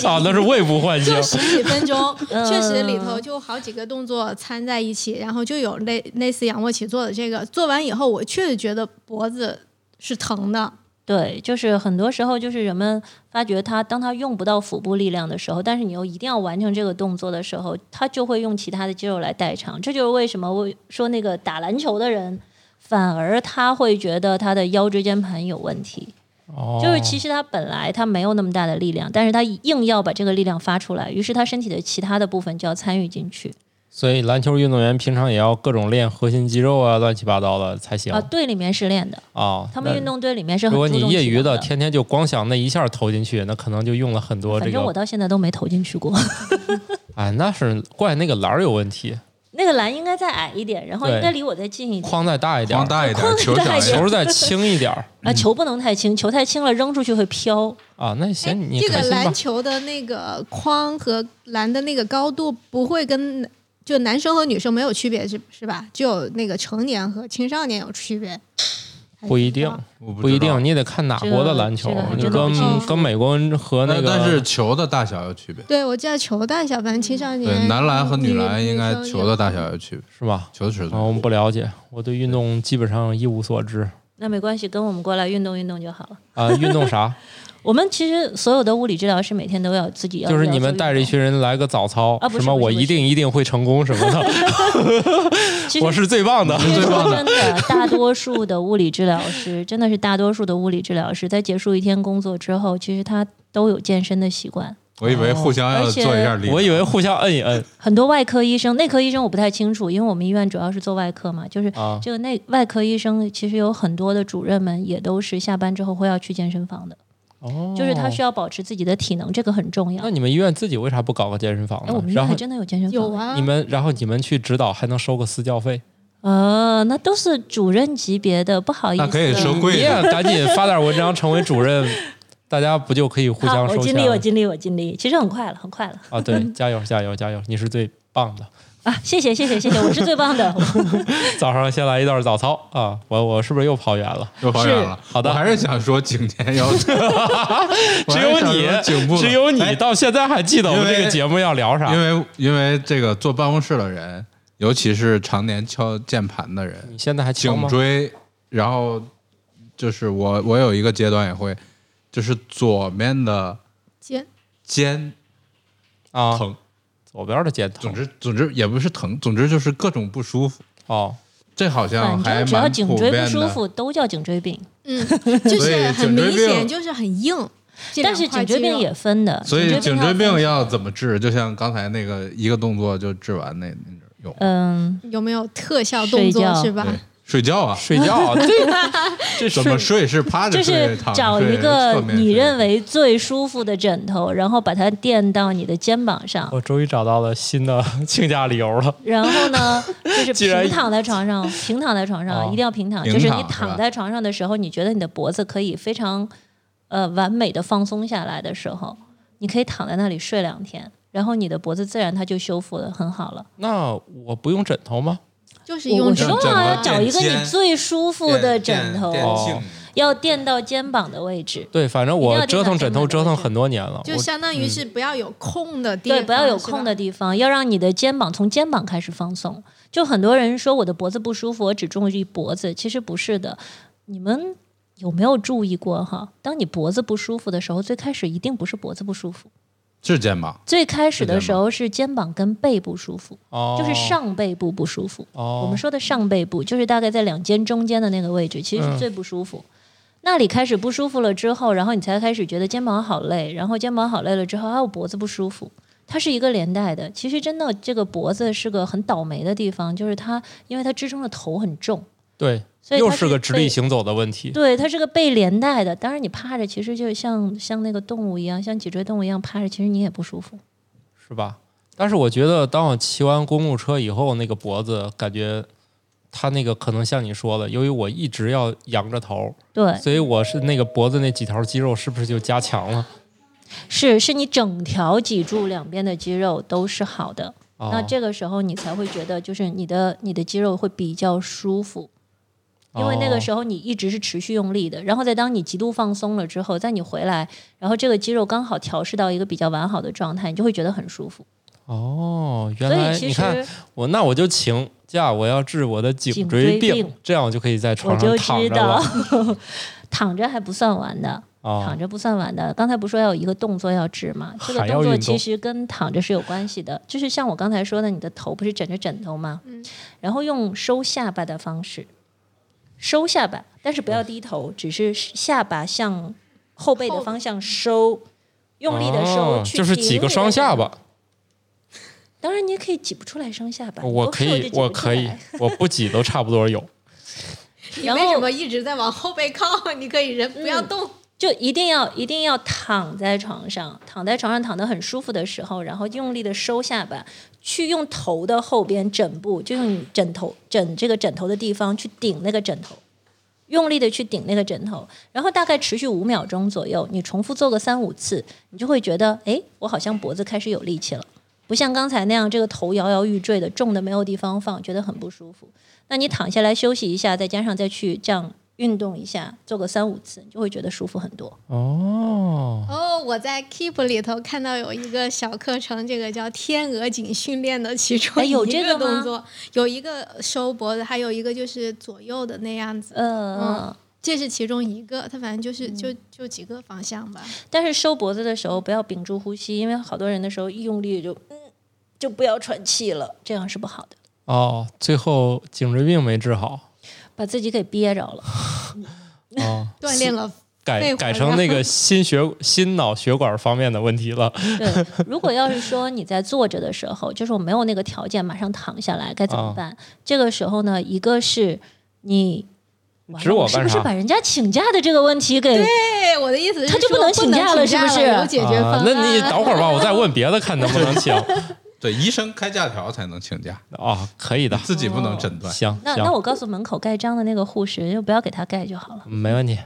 A: 啊，那是胃部唤醒
E: 就。十几 分钟，
D: 嗯
E: 确实里头就好几个动作掺在一起，然后就有类类似仰卧起坐的这个，做完以后我确实觉得脖子是疼的，
D: 对，就是很多时候就是人们发觉他当他用不到腹部力量的时候，但是你又一定要完成这个动作的时候，他就会用其他的肌肉来代偿。这就是为什么我说那个打篮球的人，反而他会觉得他的腰椎间盘有问题，
A: 哦
D: 就是其实他本来他没有那么大的力量，但是他硬要把这个力量发出来，于是他身体的其他的部分就要参与进去。
A: 所以篮球运动员平常也要各种练核心肌肉啊，乱七八糟的才行
D: 啊，队里面是练的，
A: 啊
D: 他们运。动队里面是
A: 那
D: 很
A: 如果
D: 注
A: 你
D: 重
A: 业
D: 体
A: 余
D: 能
A: 的，
D: 的，
A: 天天就光想那一下投进去，那可能就用了很多
D: 反
A: 这
D: 正我
A: 个。
D: 到现在都没投进去过。
A: 哎，那是怪那个篮儿有问题，
D: 那个篮应该再矮一点，然后
A: 对
D: 应该离我再近一点。
A: 框再大一点
B: 光
A: 儿，
B: 大一点，
D: 框
B: 球小
D: 大一
B: 一
D: 点
B: 点，
A: 球再轻一点儿
D: 啊，球不能太轻，球太轻了扔出去会飘。
A: 啊。那
D: 哎
A: 行，你
E: 这
A: 开
E: 个
A: 心吧
E: 篮。球的那个框和篮的那个高度不会跟就男生和女生没有区别是是吧？只有那个成年和青少年有区别，还
A: 不一
E: 是知
A: 定
E: 道，
B: 我
A: 不一
B: 知道
A: 定，。你得看哪国的篮球
D: 这个啊这个，还
A: 你
D: 真的不清
A: 跟
D: 楚
A: 跟美国和那
B: 那
A: 个，
B: 但是球的大小有区别，
E: 对我记得球大小，反正青少
B: 对
E: 年
B: 男篮和女篮应该
E: 生
B: 球的大小有区别，
A: 是吧？
B: 球的尺
A: 啊，
B: 寸。
A: 我们不了解，我对运动基本上一无所知
D: 那没关系，跟我们过来运动运动就好了。
A: 啊。运动啥？
D: 我们其实所有的物理治疗师每天都要自己要
A: 就是你们带着一，群人来个早操
D: 啊，不
A: 什
D: 是
A: 么
D: 不是
A: 我
D: 不
A: 一
D: 是
A: 定一定会成功什么 的，
D: 要做运动
A: 我是最棒 的。
D: 其实说真的，大多数的物理治疗 师，真的是大多数的物理治疗师，在结束一天工作之后，其实他都有健身的习惯。
B: 我以为互相要
D: 而且
B: 做一下力，
A: 我以为互相摁一摁
D: 很多外科医生、内科医生我不太清楚，因为我们医院主要是做外科嘛，就是
A: 啊，
D: 这个内外科医生其实有很多的主任们也都是下班之后会要去健身房的，
A: 哦，
D: 就是他需要保持自己的体能，这个很重要
A: 那。你们医院自己为啥不搞个健身房
D: 哎，我
A: 呢
D: 们？医院
A: 然
D: 还
A: 后
D: 真的有健身房。
E: 有啊，
A: 你们，然后你们去指导还能收个私教费，
D: 呃，那都是主任级别的，不好意思。
B: 那可以 收
A: 你
B: 贵
A: 也
B: 的，
A: 赶紧发点文章成为主任，大家不就可以互
D: 好，
A: 相
D: 我
A: 收
D: 尽
B: 啊
D: 力，我
A: 钱
D: 尽力，我尽力。其实很快了，很快了
A: 啊？ 对，加油加油加油，你是最棒的。
D: 啊！谢谢，谢谢，谢谢，我是最 棒的。
A: 早上先来一段早操啊！我我是不是又跑远了？
B: 又跑远了。
A: 好的
B: 我还是想说颈前 腰腿，
A: 只有
B: 我还是想说颈部
A: 你，
B: 了
A: 只有你
B: 哎
A: 到现在还记得我们
B: 因为
A: 这个节目要聊啥
B: 因？为因为这个坐办公室的人，尤其是常年敲键盘的人，
A: 你现在还敲
B: 颈
A: 吗？
B: 椎，然后就是我我有一个阶段也会，就是左面的
E: 肩
B: 肩
A: 啊，
B: 疼，
A: 左边的肩疼
B: 总。之总之也不是疼，总之就是各种不舒服。
A: 哦，
B: 这好像
D: 反
B: 还
D: 嗯正只要
B: 蛮
D: 颈
B: 普
D: 椎
B: 遍
D: 不
B: 的。
D: 舒服，都叫颈椎病。
E: 嗯，就
B: 所以
E: 是
B: 颈
E: 很
B: 椎
E: 明
B: 病
E: 显，就是很硬。这
D: 但
E: 两
D: 是
E: 块
D: 颈椎
E: 肌
D: 病
E: 肉
D: 也分的，
B: 所以颈椎
D: 它
B: 病
D: 分
B: 要怎么治？就像刚才那个一个动作就治完那那种有
D: 嗯，
E: 有没有特效
D: 睡
E: 动作
D: 觉
E: 是吧？
B: 对睡觉啊，
A: 睡 觉，这这
B: 怎么睡是趴
D: 就
B: 着睡，
D: 是
B: 躺着
D: 找
B: 睡
D: 一个
B: 侧面
D: 你
B: 睡
D: 认为最舒服的枕头，然后把它垫到你的肩膀上，
A: 我终于找到了新的 请假理由了。
D: 然后呢，就是
A: 既然
D: 平躺在床上，平躺在床
A: 哦
D: 上一定要平躺，
B: 平
D: 就是你
B: 躺是吧
D: 躺在床上的时候，你觉得你的脖子可以非常呃完美的放松下来的时候，你可以躺在那里睡两天，然后你的脖子自然它就修复的很好了。
A: 那我不用枕头吗？
E: 就是
D: 我
E: 用
D: 我
E: 这
D: 说
E: 种
B: 枕头
D: 啊，找一个
B: 垫
D: 你
B: 肩
D: 最舒服的枕头，
A: 哦
D: 要垫到肩膀的位置。
A: 对，反正
D: 一定
A: 我
D: 要
A: 折腾
D: 垫
A: 枕
D: 到
A: 头
D: 肩
A: 折腾
D: 膀的位置
A: 很多年了，
E: 就
A: 我
E: 相当于是不要有空的地方，
D: 对，不要有
E: 是吧
D: 空的地方，要让你的肩膀从肩膀开始放松。就很多人说我的脖子不舒服，我只注意脖子，其实不是的。你们有没有注意过哈？当你脖子不舒服的时候，最开始一定不是脖子不舒服，
B: 是肩膀，
D: 最开始的
B: 是
D: 时
B: 这样
D: 候是肩膀跟背不舒服，
A: 哦
D: 就是上背部不舒服。
A: 哦，
D: 我们说的上背部就是大概在两肩中间的那个位置，其实
A: 嗯
D: 是最不舒服。那里开始不舒服了之后，然后你才开始觉得肩膀好累，然后肩膀好累了之后，啊，我脖子不舒服。它是一个连带的，其实真的这个脖子是个很倒霉的地方，就是它因为它支撑的头很重，
A: 对，
D: 所以
A: 又
D: 它
A: 是个直
D: 被
A: 立行走的问题。
D: 对，它是个被连带的。当然你趴着，其实就像像那个动物一样，像脊椎动物一样趴着，其实你也不舒服。
A: 是吧？但是我觉得，当我骑完公路车以后，那个脖子感觉，它那个可能像你说的，由于我一直要仰着头，
D: 对，
A: 所以我是那个脖子那几条肌肉是不是就加强了？
D: 是是你整条脊柱两边的肌肉都是好的，
A: 哦、
D: 那这个时候你才会觉得，就是你的你的肌肉会比较舒服，
A: 哦
D: 因为那个时候你一直是持续用力的，然后再当你极度放松了之后，在你回来，然后这个肌肉刚好调试到一个比较完好的状态，你就会觉得很舒服。
A: 候哦，原
D: 所
A: 来
D: 以其
A: 你看
D: 实
A: 我，那我就请假，我要治我的
D: 颈
A: 椎
D: 椎病
A: 这样我就可以在
D: 我
A: 床上
D: 就
A: 躺
D: 知
A: 着
D: 道
A: 了。，
D: 躺着还不算完的，
A: 啊
D: 躺。着不算完的。刚才不说要有一个动作要治吗？这个
A: 还要
D: 动作
A: 运动
D: 其实跟躺着是有关系的，就是像我刚才说的，你的头不是枕着枕头吗？然后用收下巴的方式收下巴，但是不要低
A: 嗯
D: 头，只是下巴向后背的方向收，用力的收，
A: 哦
D: 去
A: 就是
D: 顶
A: 几个
D: 你的
A: 双下
D: 枕头
A: 巴，
D: 当然，你也可以挤不出来双下巴，
A: 我
D: 你
A: 可
D: 多瘦就
A: 以
D: 挤，不
A: 我
D: 出
A: 可以
D: 来，
A: 我不挤都差不多 有。
E: 你
D: 然
E: 为什
D: 后
E: 么一直在往后嗯背靠？ 你可以人不要动，
D: 就一定要一定要躺在床上，躺在床上躺得很舒服的时候，然后用力的收下巴，去用头的后边枕部，就用你枕头枕这个枕头的地方去顶那个枕头，用力的去顶那个枕头，然后大概持续五秒钟左右，你重复做个三五次，你就会觉得，哎，我好像脖子开始有力气了，不像刚才那样这个头摇摇欲坠的，重的没有地方放，觉得很不舒服。那你躺下来休息一下，再加上再去这样运动一下，做个三五次，你就会觉得舒服很多。
A: 哦，
E: 哦，我在 Keep 里头看到有一个小课程，这个叫天鹅颈训练的其中
D: 哎有
E: 一
D: 这个吗
E: 动作，有一个收脖子，还有一个就是左右的那样子，
D: 呃，
E: 这是其中一个。它反正就是、就就几个方向吧。，
D: 但是收脖子的时候不要屏住呼吸，因为好多人的时候一用力就嗯就不要喘气了，这样是不好的，
A: 哦，最后颈椎病没治好。
D: 把自己给憋着了。
A: 哦
E: 锻炼了，肺
A: 改
E: 活
A: 改成
E: 量
A: 那个心血心脑血管方面的问题了。
D: 对，如果要是说你在坐着的时候，就是我没有那个条件马上躺下来，该怎么
A: 啊
D: 办？这个时候呢，一个是你。完
A: 指
D: 了
A: 我
D: 是不
A: 干
D: 是
A: 啥
D: 把人家请假的这个问题给
E: 对，哎我的意思是
D: 他就不能
E: 说能
D: 请假了
E: 了，
D: 是不是
E: 有解决方
A: 啊
E: 案。
A: 那你等会儿吧，我再问别的，看能不 能请。
B: 对，医生开假条才能请假，
A: 哦，可以的，
B: 自己不
D: 哦
B: 能诊断。
A: 行
D: 那那
A: 行，
D: 我告诉门口盖章的那个护士，就不要给他盖就好了。
A: 没问题。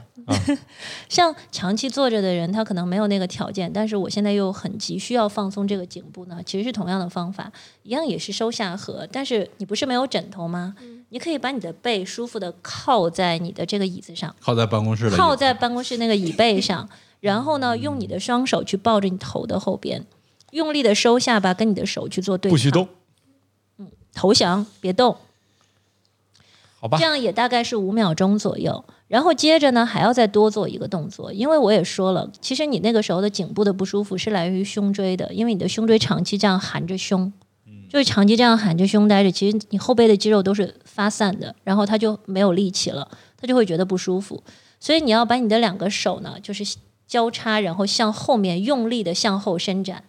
D: 像长期坐着的人，他可能没有那个条件，但是我现在又很急需要放松这个颈部呢，其实是同样的方法，一样也是收下颌，但是你不是没有枕头吗？你可以把你的背舒服的靠在你的这个椅子上，
B: 靠在办公室的椅
D: 靠
B: 子
D: 在办公室那个椅背上，然后呢，用你的双手去抱着你头的后边，用力的收下巴，跟你的手去做对，
A: 不许动，，
D: 投降，别动。
A: 好吧
D: 这？样也大概是五秒钟左右。然后接着呢，还要再多做一个动作，因为我也说了，其实你那个时候的颈部的不舒服是来源于胸椎的，因为你的胸椎长期这样含着胸，
A: 嗯
D: 就是长期这样含着胸待着，其实你后背的肌肉都是发散的，然后它就没有力气了，它就会觉得不舒服。所以你要把你的两个手呢，就是交叉，然后向后面用力的向后伸展，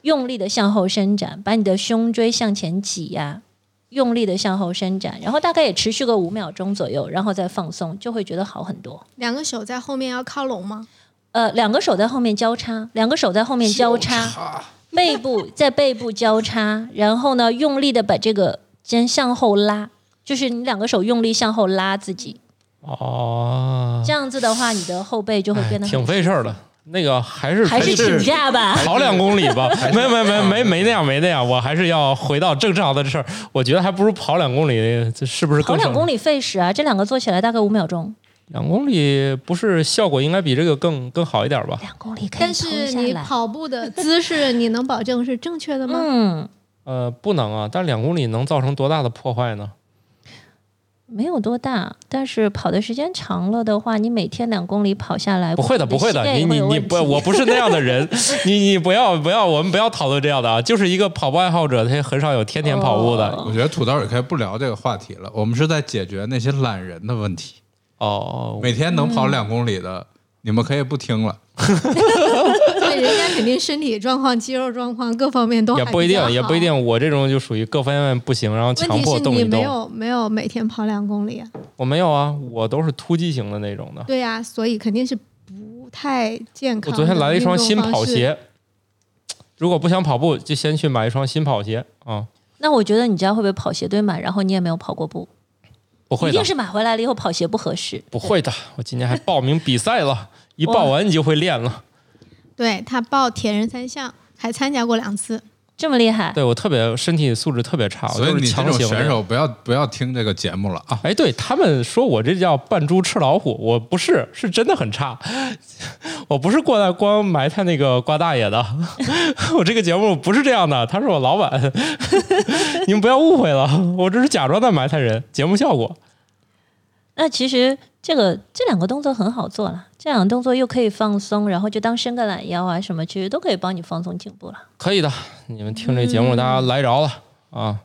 D: 用力的向后伸展，把你的胸椎向前挤压。用力的向后伸展，然后大概也持续个五秒钟左右，然后再放松，就会觉得好很多。
E: 两个手在后面要靠拢吗？
D: 呃，两个手在后面交叉，两个手在后面交叉，背部 在背部交叉，然后呢，用力的把这个肩向后拉，就是你两个手用力向后拉自己，
A: 哦，
D: 这样子的话，你的后背就会变得
A: 哎
D: 很
A: 挺费事儿的。那个还是
D: 还是请假吧。
A: 跑两公里吧，没没没没没那样没那样，我还是要回到正常的事儿。我觉得还不如跑两公里，这是不是
D: 跑
A: 更
D: 两公
A: 里？
D: 里费时啊，这两个做起来大概五秒钟，
A: 两公里不是效果应该比这个更更好一点吧？
D: 两公里可以
E: 但
D: 停
E: 是
D: 下
E: 你
D: 来。
E: 跑步的姿势，你能保证是正确的吗？
D: 嗯，
A: 呃，不能啊，但两公里能造成多大的破坏呢？
D: 没有多大，但是跑的时间长了的话，你每天两公里跑下来，
A: 不会的，不会的
D: 膝，
A: 你
D: 盖也会
A: 你
D: 有
A: 你
D: 问
A: 不，
D: 题
A: 我不是那样的人，你你不要不要，我们不要讨论这样的啊。就是一个跑步爱好者，他也很少有天天跑步的。
D: 哦
B: 我觉得土豆也可以不聊这个话题了，我们是在解决那些懒人的问题。
A: 哦，
B: 每天能
D: 嗯
B: 跑两公里的，你们可以不听了。
E: 对，人家肯定身体状况、肌肉状况各方面都
A: 也
E: 还
A: 不一
E: 比较
A: 定，也不一
E: 好。
A: 定，我这种就属于各方面不行，然后强
E: 问题
A: 迫
E: 是
A: 动
E: 你
A: 一
E: 没
A: 动。
E: 有没有每天跑两公里啊，
A: 我没有啊，我都是突击型的那种的。
E: 对呀、所以肯定是不太健康
A: 我
E: 的运动方式。
A: 昨天来了一双新跑鞋，如果不想跑步，就先去买一双新跑鞋啊。
D: 那我觉得你家会不会跑鞋堆满，然后你也没有跑过步，
A: 不会
D: 一
A: 的
D: 定，是买回来了以后跑鞋不合适。
A: 不会的，我今年还报名比赛了，一
D: 哇
A: 报完你就会练了。
E: 对他报铁人三项，还参加过两次。
D: 这么厉害，
A: 对我特别身体素质特别差，我
B: 所以
A: 就
B: 你
A: 啊是
B: 这
A: 强
B: 种
A: 行
B: 选
A: 练
B: 手不要不要听这个节目了啊！
A: 哎，对他们说我这叫扮猪吃老虎，我不是，是真的很差， 我不是过来光埋汰那个瓜大爷的， 我这个节目不是这样的，他是我老板， 你们不要误会了，我只是假装在埋汰人，节目效果。
D: 那其实这个这两个动作很好做了，这两个动作又可以放松，然后就当伸个懒腰啊什么，其实都可以帮你放松颈部了。
A: 可以的，你们听这节目，大家来着了、啊，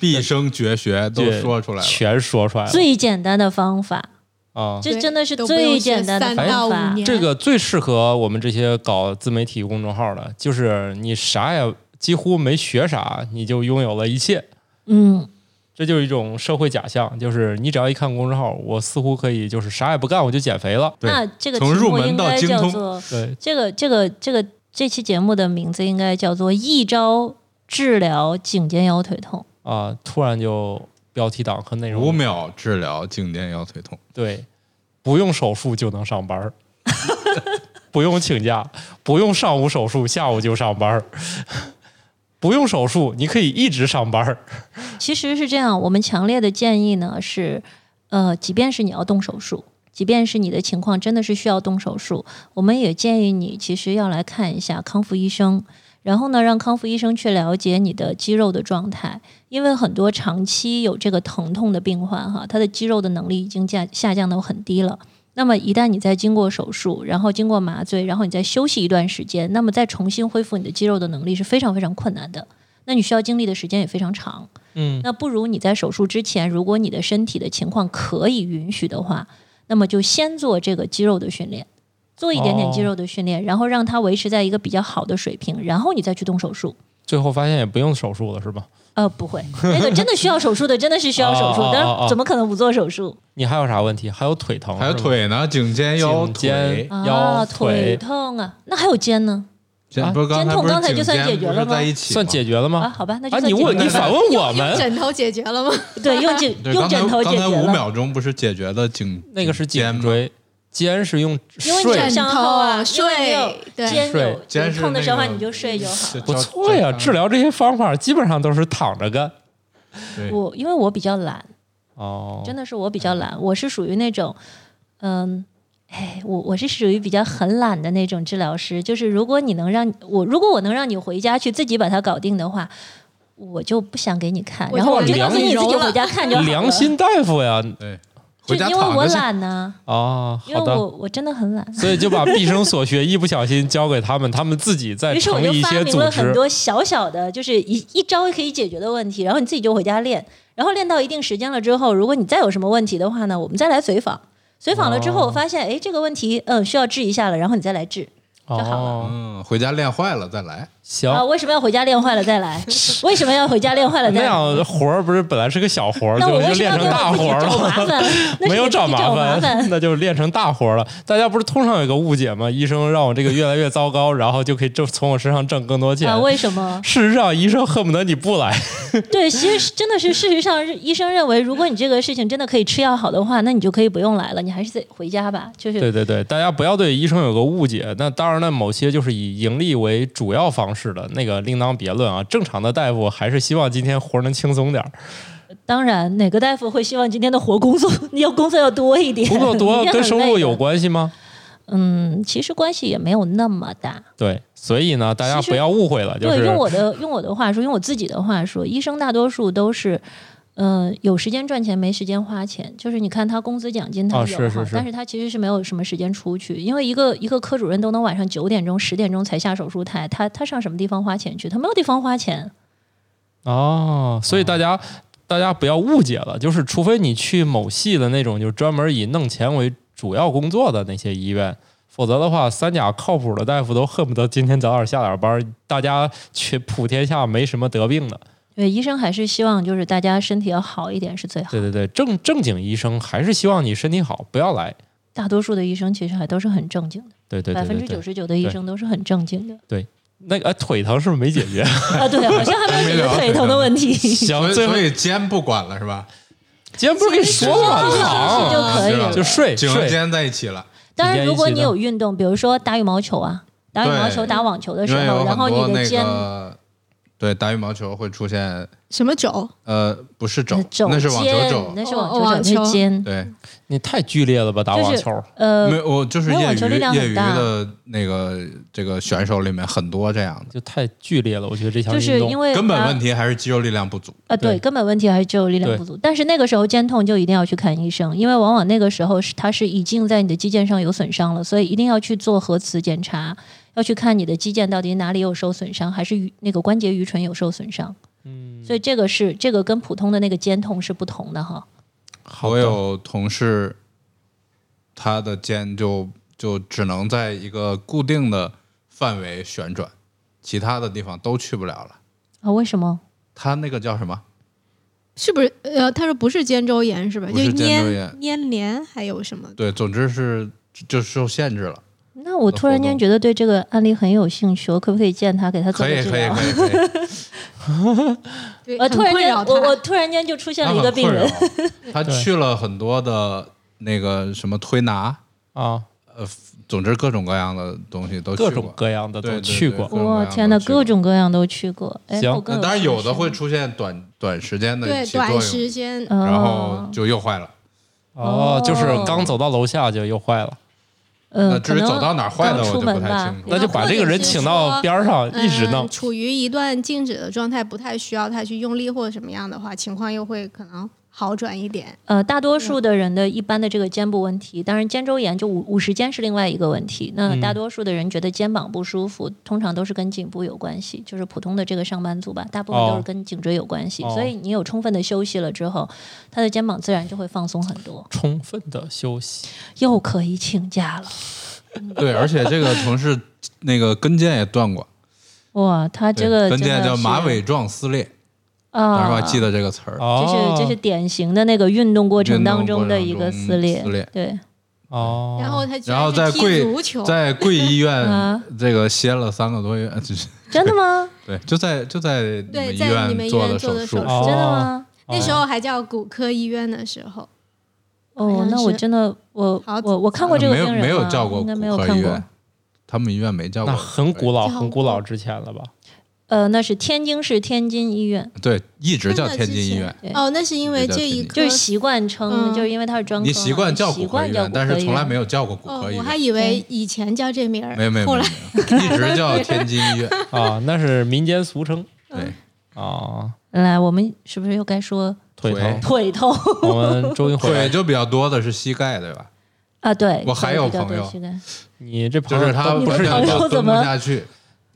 B: 毕生绝学都
A: 这
B: 说出来了，
A: 全说出来了
D: 最简单的方法，
A: 啊。
D: 这
E: 对
D: 真的是
E: 都不用
D: 最
E: 学
D: 简单的
E: 三
D: 方
E: 到
D: 法
E: 五年
A: 这个最适合我们这些搞自媒体公众号的，就是你啥也几乎没学啥，你就拥有了一切。
D: 嗯，
A: 这就是一种社会假象，就是你只要一看公众号，我似乎可以就是啥也不干我就减肥了。
B: 对
D: 那这个
B: 从
D: 题
B: 入
D: 目
B: 门
D: 应
B: 到
D: 该
B: 精
D: 叫
B: 通
D: 做
A: 对，
D: 这个这个这个这期节目的名字应该叫做“一招治疗颈肩腰腿痛
A: 啊、突然就标题党和内容
B: 五秒治疗颈肩腰腿痛。
A: 对，不用手术就能上班儿， 不用请假，不用上午手术，下午就上班儿，不用手术，你可以一直上班儿。”。
D: 其实是这样，我们强烈的建议呢是，呃，即便是你要动手术。即便是你的情况真的是需要动手术，我们也建议你其实要来看一下康复医生，然后呢，让康复医生去了解你的肌肉的状态，因为很多长期有这个疼痛的病患哈，他的肌肉的能力已经下下降到很低了。那么一旦你再经过手术，然后经过麻醉，然后你再休息一段时间，那么再重新恢复你的肌肉的能力是非常非常困难的。那你需要经历的时间也非常长。
A: 嗯，
D: 那不如你在手术之前，如果你的身体的情况可以允许的话，那么就先做这个肌肉的训练，做一点点肌
A: 哦
D: 肉的训练，然后让它维持在一个比较好的水平，然后你再去动手术。
A: 最后发现也不用手术了，是吧？
D: 呃，不会，那个真的需要手术的，真的是需要手术
A: 哦哦哦，
D: 但
A: 哦
D: 是怎么可能不做手术
A: 你还有啥问题？还有腿疼，
B: 还有
A: 哦是吧
B: 腿呢，颈肩腰
A: 颈肩
B: 腿，
A: 腰
D: 啊？腿痛啊，那还有肩呢？
B: 肩不是刚
D: 肩
B: 才
D: 痛
B: 不是
D: 刚才
B: 颈
D: 就算
B: 肩
D: 解决
B: 不是
D: 了吗
B: 在一
A: 啊
B: 起
A: 算
B: 吗
A: 解决了
D: 啊，
A: 吗？
D: 好吧，那就
A: 啊，
D: 算
A: 你
D: 解
A: 问
D: 决
A: 你
D: 了
A: 反问我们，
E: 枕头解决了吗？
D: 对，用颈
B: 对
D: 用
B: 刚才
D: 枕头
B: 刚
D: 解
B: 才
D: 决
B: 五
D: 了，
B: 秒钟不是解决了颈
A: 那个是
B: 肩
A: 颈
B: 吗？
A: 椎，肩是用
D: 因为
A: 睡
D: 你枕，
E: 枕
D: 上后啊，
E: 头
D: 因为你有
E: 睡，对，
D: 肩
A: 睡
D: 有
B: 肩
D: 你
B: 是
D: 痛的
B: 那
D: 时候啊
B: 个
D: 你就睡就好
B: 这
D: 了。
A: 不错呀。治疗这些方法基本上都是躺着干。
B: 对
D: 我因为我比较懒，
A: 哦，
D: 真的是我比较懒，我是属于那种，嗯。哎，我我是属于比较很懒的那种治疗师，就是如果你能让我，如果我能让你回家去自己把它搞定的话，我就不想给你看，
E: 我
D: 然
E: 就
D: 后我
E: 懒
D: 就
A: 得
D: 告诉
A: 给
D: 你
E: 你
D: 自己
E: 揉了
D: 回家看就好了。
A: 良心大夫呀！
B: 对，
D: 就
B: 回家
D: 因为
B: 躺
D: 我
B: 着去。
D: 懒呢、
A: 哦，
D: 因为
A: 好
D: 我
A: 的，
D: 我真的很懒，
A: 所以就把毕生所学一不小心交给他们，他们自己再
D: 于是我
A: 哎成
D: 就
A: 立一
D: 发
A: 些
D: 明
A: 组
D: 了很
A: 织。
D: 多小小的，就是一一招可以解决的问题，然后你自己就回家练，然后练到一定时间了之后，如果你再有什么问题的话呢，我们再来随访。随访了之后，
A: 哦
D: 我发现哎，这个问题嗯需要治一下了，然后你再来治，就好了。
A: 哦，
B: 嗯，回家练坏了再来。
A: 行，
D: 啊，为什么要回家练坏了再来？为什么要回家练坏了
A: 那
D: 再来？
A: 样的活儿不是本来是个小活儿，
D: 那
A: 最
D: 我
A: 后
D: 为
A: 就
D: 什
A: 练
D: 么要
A: 成
D: 给
A: 大
D: 我自己
A: 活儿
D: 找
A: 了
D: 麻。 烦？那是
A: 没有
D: 给自己
A: 找
D: 找
A: 麻
D: 麻
A: 烦， 那就练成大活了。大家不是通常有一个误解吗？医生让我这个越来越糟糕，然后就可以挣从我身上挣更多钱
D: 啊？。为什么？
A: 事实上，医生恨不得你不来。
D: 对，其实是真的是，事实上，医生认为，如果你这个事情真的可以吃药好的话，那你就可以不用来了，你还是得回家吧。就是
A: 对对对，大家不要对医生有个误解。那当然了，某些就是以盈利为主要方式的那个另当别论啊。正常的大夫还是希望今天活儿能轻松 点儿。
D: 当然，哪个大夫会希望今天的活工作， 你要工作要多一点，
A: 工作多
D: 明天
A: 跟
D: 很
A: 收
D: 累
A: 入
D: 的
A: 有。关系吗？
D: 嗯，其实关系也没有那么大。
A: 对，所以呢，大家
D: 其实
A: 不要误会了，就
D: 对，
A: 是
D: 用我的用我的话说，用我自己的话说，医生大多数都是。嗯，有时间赚钱，没时间花钱。就是你看他工资奖金他有
A: 啊
D: 哈，
A: 是是是
D: 但是他其实是没有什么时间出去，因为一个一个科主任都能晚上九点钟、十点钟才下手术台，他他上什么地方花钱去？他没有地方花钱。
A: 哦，所以大家、大家不要误解了，就是除非你去某系的那种，就是专门以弄钱为主要工作的那些医院，否则的话，三甲靠谱的大夫都恨不得今天早点下点班，大家全普天下没什么得病的。
D: 对，医生还是希望就是大家身体要好一点是最好。
A: 对对对，正正经医生还是希望你身体好，不要来。
D: 大多数的医生其实还都是很正经的，
A: 对对
D: 百
A: 对
D: 分
A: 对
D: 之九
A: 对，
D: 十九的医
A: 对
D: 生都是很正 经的。
A: 那个、哎腿疼是不是没解决？
D: 啊，对，好像还没有解决腿疼的问题。
B: 所
A: 行，
B: 以
A: 最后
B: 所以肩不管了是吧？
A: 今 天不是跟你说了
D: 哎
A: 吗？
D: 其实
A: 躺
D: 就可以了
A: 就睡
B: 颈和
A: 睡。
B: 肩在一起了。
D: 当然，
A: 你建议
D: 如果你
A: 谁呢
D: 有运动，比如说打羽毛球啊，打羽毛球、
B: 对
D: 打网球的时
B: 因为有
D: 候，然
B: 很
D: 后
B: 多
D: 你
B: 那
D: 的肩，呃
B: 个对打羽毛球会出现
E: 什么肘？
B: 呃不是肘，
D: 肘
B: 那是网球
D: 肩
B: 肘。
D: 那是
E: 哦
D: 网
E: 哦
D: 球肘，
E: 网
D: 那是
E: 球
D: 肩。
B: 对，
A: 你太剧烈了吧，打
D: 就
A: 网
D: 是
A: 球。
D: 呃
B: 没，有我就是
D: 没有
B: 业
D: 网球力
B: 余
D: 量很
B: 业余
D: 大
B: 的那个这个选手里面很多这样的，
A: 就太剧烈了，我觉得这项
D: 就
A: 运
D: 是
A: 动
D: 因为
B: 根本
D: 它
B: 问题还是肌肉力量不足。
D: 啊，对，
A: 对
D: 根本问题还是只有力量不足。但是那个时候肩痛就一定要去看医生，因为往往那个时候是它是已经在你的肌腱上有损伤了，所以一定要去做核磁检查，要去看你的肌腱到底哪里有受损伤，还是鱼那个关节盂唇有受损伤。嗯，所以这个是这个跟普通的那个肩痛是不同的哈。
A: 好
B: 我
A: 的
B: 有同事，他的肩就就只能在一个固定的范围旋转，其他的地方都去不了了。
D: 啊，为什么？
B: 他那个叫什么？
E: 是不是？呃，他说不是肩周炎是吧？
B: 不
E: 就是
B: 肩周炎
E: 粘粘连还有什么？
B: 对，总之是就受限制了。
D: 那我
B: 的
D: 突
B: 活
D: 然间
B: 动
D: 觉得对这个案例很有兴趣，我可不可以见他，给他做
B: 可
D: 个
B: 以，
D: 治
B: 可以，
D: 疗？
B: 可以，可以。
E: 对，
D: 呃，
E: 很
D: 突然
E: 困
D: 间，
E: 扰
D: 我我
E: 他。
D: 突然间就出现
B: 他
D: 了一
B: 很
D: 个病
B: 困
D: 人
B: 扰， 他去了很多的那个什么推拿，
A: 啊，
B: 总之各种各样的东西都去
A: 各
B: 过。
A: 种各样的都
B: 对对
A: 去过
B: 对。各种各
D: 哇，
B: 样
D: 天
B: 都
D: 哪，
B: 去过
D: 各种各样都去过。哎
A: 行
D: 我更
B: 那呃当然
D: 趣
B: 有的
D: 是
B: 会出现短短时间的
E: 对，
B: 起作
E: 短
B: 用，
E: 时
A: 嗯
E: 间
D: 哦
B: 然后就又坏了。
A: 哦
D: 哦，
A: 就是刚走到楼下就又坏了，
D: 呃，
B: 那至于
D: 可能
B: 走到哪儿坏的，
D: 刚
B: 我就
D: 出
B: 不
D: 门
B: 太
D: 吧
B: 清楚。
A: 那就把这个人请到边儿上一直弄
E: 嗯，。处于一段静止的状态，不太需要他去用力或者什么样的话，情况又会可能好转一点。
D: 呃，大多数的人的一般的这个肩部问题，当然肩周炎就五五十肩是另外一个问题。那大多数的人觉得肩膀不舒服，通常都是跟颈部有关系，就是普通的这个上班族吧，大部分都
A: 哦
D: 是跟颈椎有关系。
A: 哦
D: 所以你有充分的休息了之后，他的肩膀自然就会放松很多，
A: 充分的休息，
D: 又可以请假了。
B: 对，而且这个同事那个跟腱也断过，
D: 哇，他这
B: 对
D: 个
B: 跟
D: 真
B: 腱
D: 的
B: 叫
D: 是
B: 马尾状撕裂，大
D: 啊
B: 家，记得这个词儿。
D: 这
A: 哦，
D: 是这是典型的那个运动过程
B: 运动
D: 当中
B: 过
D: 的
B: 程
D: 一个
B: 中
D: 撕裂，
B: 撕裂
D: 对。
A: 哦，
E: 然后他居
B: 然后
E: 是
B: 在
E: 踢
B: 贵
E: 足球，
B: 在贵医院
D: 啊
B: 这个歇了三个多月， 就是
D: 真的 吗？
B: 对，就在就在你
E: 对
B: 们医
E: 在你们
B: 院
E: 医
B: 做
E: 院
B: 的
E: 做的
B: 手
E: 手
B: 术
E: 术。
A: 哦
D: 真的吗？
E: 那时候还叫骨科医院的时候，好
D: 哦
E: 像，
D: 那我
E: 是
D: 真的我
E: 好
D: 我我看过这个
B: 没
D: 病
B: 有
D: 人吗啊
B: 没有叫过
D: 应该
B: 骨
D: 没有
B: 科
D: 看
B: 医
D: 过
B: 院。，他们医院没叫过
A: 那
B: 骨科医院，
A: 很古老，
E: 这样
A: 很古老之前了吧？
D: 呃，那是天津市天津医 院，
B: 对，一直叫
E: 真的
B: 天
E: 之
B: 津医
E: 前
B: 院，
D: 对
E: 哦，那是因为这一
B: 就
D: 就
E: 科
D: 是习惯称，
E: 嗯
D: 就是因为它是专科嘛，啊
B: 你习惯叫
D: 习
B: 骨科
D: 惯
B: 医
D: 叫
B: 院，但是从来没
D: 有。
B: 有叫过骨
E: 哦
B: 科医，
E: 我
B: 院
E: 还，以为以前叫这名儿，
B: 没有没有，没有
E: 哎后来
B: 没有一直叫天津医院。
A: 啊，那是民间俗称
B: 对，
A: 啊，
D: 来，我们是不是又该 说
A: 腿疼。
D: 腿 痛
A: 我们周云回
B: 腿
A: 来，
B: 就比较多的是膝盖，对吧？
D: 啊？对，
B: 我还有
D: 比较
B: 朋友
D: 多膝盖
A: 你这朋
B: 就
A: 友
B: 是他
A: 啊都不
B: 是
A: 是
D: 朋
A: 你
D: 友
B: 他
D: 怎
B: 蹲不
D: 么
B: 下去，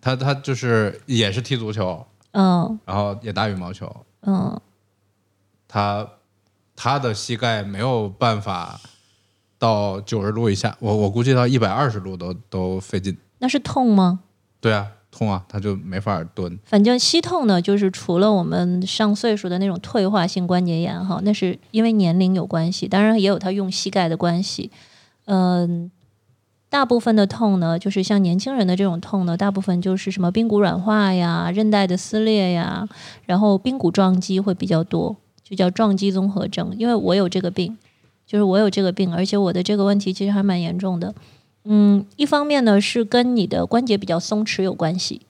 B: 他他就是也是踢足球，
D: 嗯
B: 然后也打羽毛球，
D: 嗯，
B: 他他的膝盖没有办法到九十度以下，我我估计到一百二十度都都费劲，
D: 那是痛吗？
B: 对啊，痛啊，他就没法蹲。
D: 反正膝痛呢，就是除了我们上岁数的那种退化性关节炎哈，那是因为年龄有关系，当然也有他用膝盖的关系。嗯，大部分的痛呢，就是像年轻人的这种痛呢，大部分就是什么髌骨软化呀、韧带的撕裂呀，然后髌骨撞击会比较多，就叫撞击综合征。因为我有这个病，就是我有这个病，而且我的这个问题其实还蛮严重的。嗯，一方面呢是跟你的关节比较松弛有关系，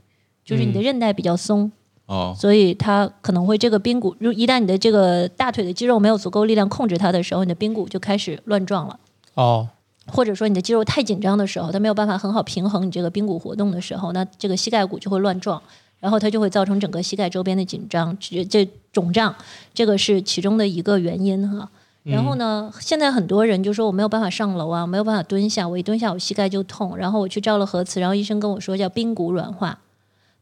D: 就是你的
A: 嗯
D: 韧带比较松，
B: 哦，
D: 所以它可能会这个髌骨，如一旦你的这个大腿的肌肉没有足够力量控制它的时候，你的髌骨就开始乱撞了。
A: 哦，
D: 或者说你的肌肉太紧张的时候，它没有办法很好平衡你这个髌骨活动的时候，那这个膝盖骨就会乱撞，然后它就会造成整个膝盖周边的紧张、这这肿胀，这个是其中的一个原因哈。然后呢，现在很多人就说我没有办法上楼啊，没有办法蹲下，我一蹲下我膝盖就痛，然后我去照了核磁，然后医生跟我说叫髌骨软化。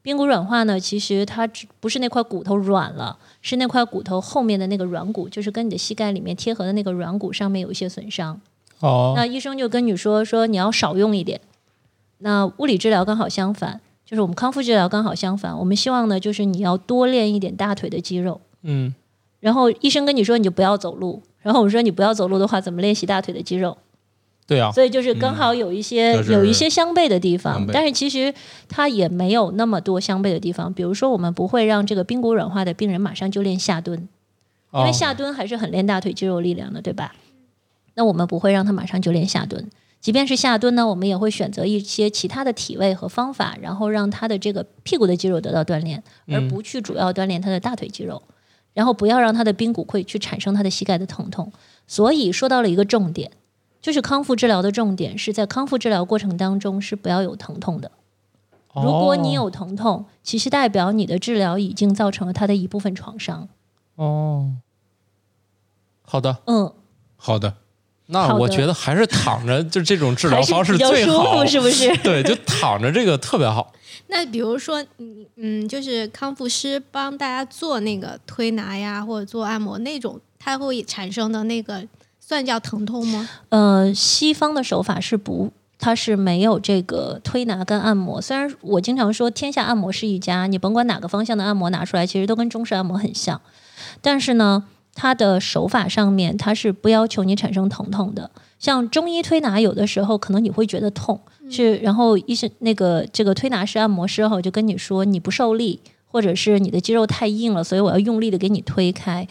D: 髌骨软化呢，其实它只不是那块骨头软了，是那块骨头后面的那个软骨，就是跟你的膝盖里面贴合的那个软骨上面有一些损伤。
A: 哦，
D: 那医生就跟你说说你要少用一点。那物理治疗刚好相反，就是我们康复治疗刚好相反。我们希望呢，就是你要多练一点大腿的肌肉。
A: 嗯，
D: 然后医生跟你说你就不要走路，然后我说你不要走路的话，怎么练习大腿的肌肉？
A: 对啊，
D: 所以就是刚好有一些、
B: 嗯就是
D: 有一些相悖的地方
B: 相悖，
D: 但是其实它也没有那么多相悖的地方。比如说，我们不会让这个髌骨软化的病人马上就练下蹲，因
A: 哦
D: 为下蹲还是很练大腿肌肉力量的，对吧？那我们不会让他马上就练下蹲，即便是下蹲呢，我们也会选择一些其他的体位和方法，然后让他的这个屁股的肌肉得到锻炼，而不去主要锻炼他的大腿肌肉，然后不要让他的髌骨会去产生他的膝盖的疼痛。所以说到了一个重点，就是康复治疗的重点是在康复治疗过程当中是不要有疼痛的。
A: 哦
D: 如果你有疼痛，其实代表你的治疗已经造成了他的一部分创伤。
A: 哦，好的，
D: 嗯，
B: 好的，
A: 那
D: 好的
A: 我觉得还是躺 着，就这种治疗
D: 还是
A: 方式
D: 比较
A: 最
D: 舒
A: 好
D: 服，，是不是？
A: 对，就躺着这个特别好。
E: 那比如说，嗯嗯，就是康复师帮大家做那个推拿呀，或者做按摩那种，它会产生的那个算叫疼痛吗？
D: 呃，西方的手法是不，它是没有这个推拿跟按摩。虽然我经常说天下按摩是一家，你甭管哪个方向的按摩拿出来，其实都跟中式按摩很像，但是呢。它的手法上面，它是不要求你产生疼痛的。像中医推拿，有的时候可能你会觉得痛，是然后医生那个这个推拿师、按摩师哈，就跟你说你不受力，或者是你的肌肉太硬了，所以我要用力的给你推开。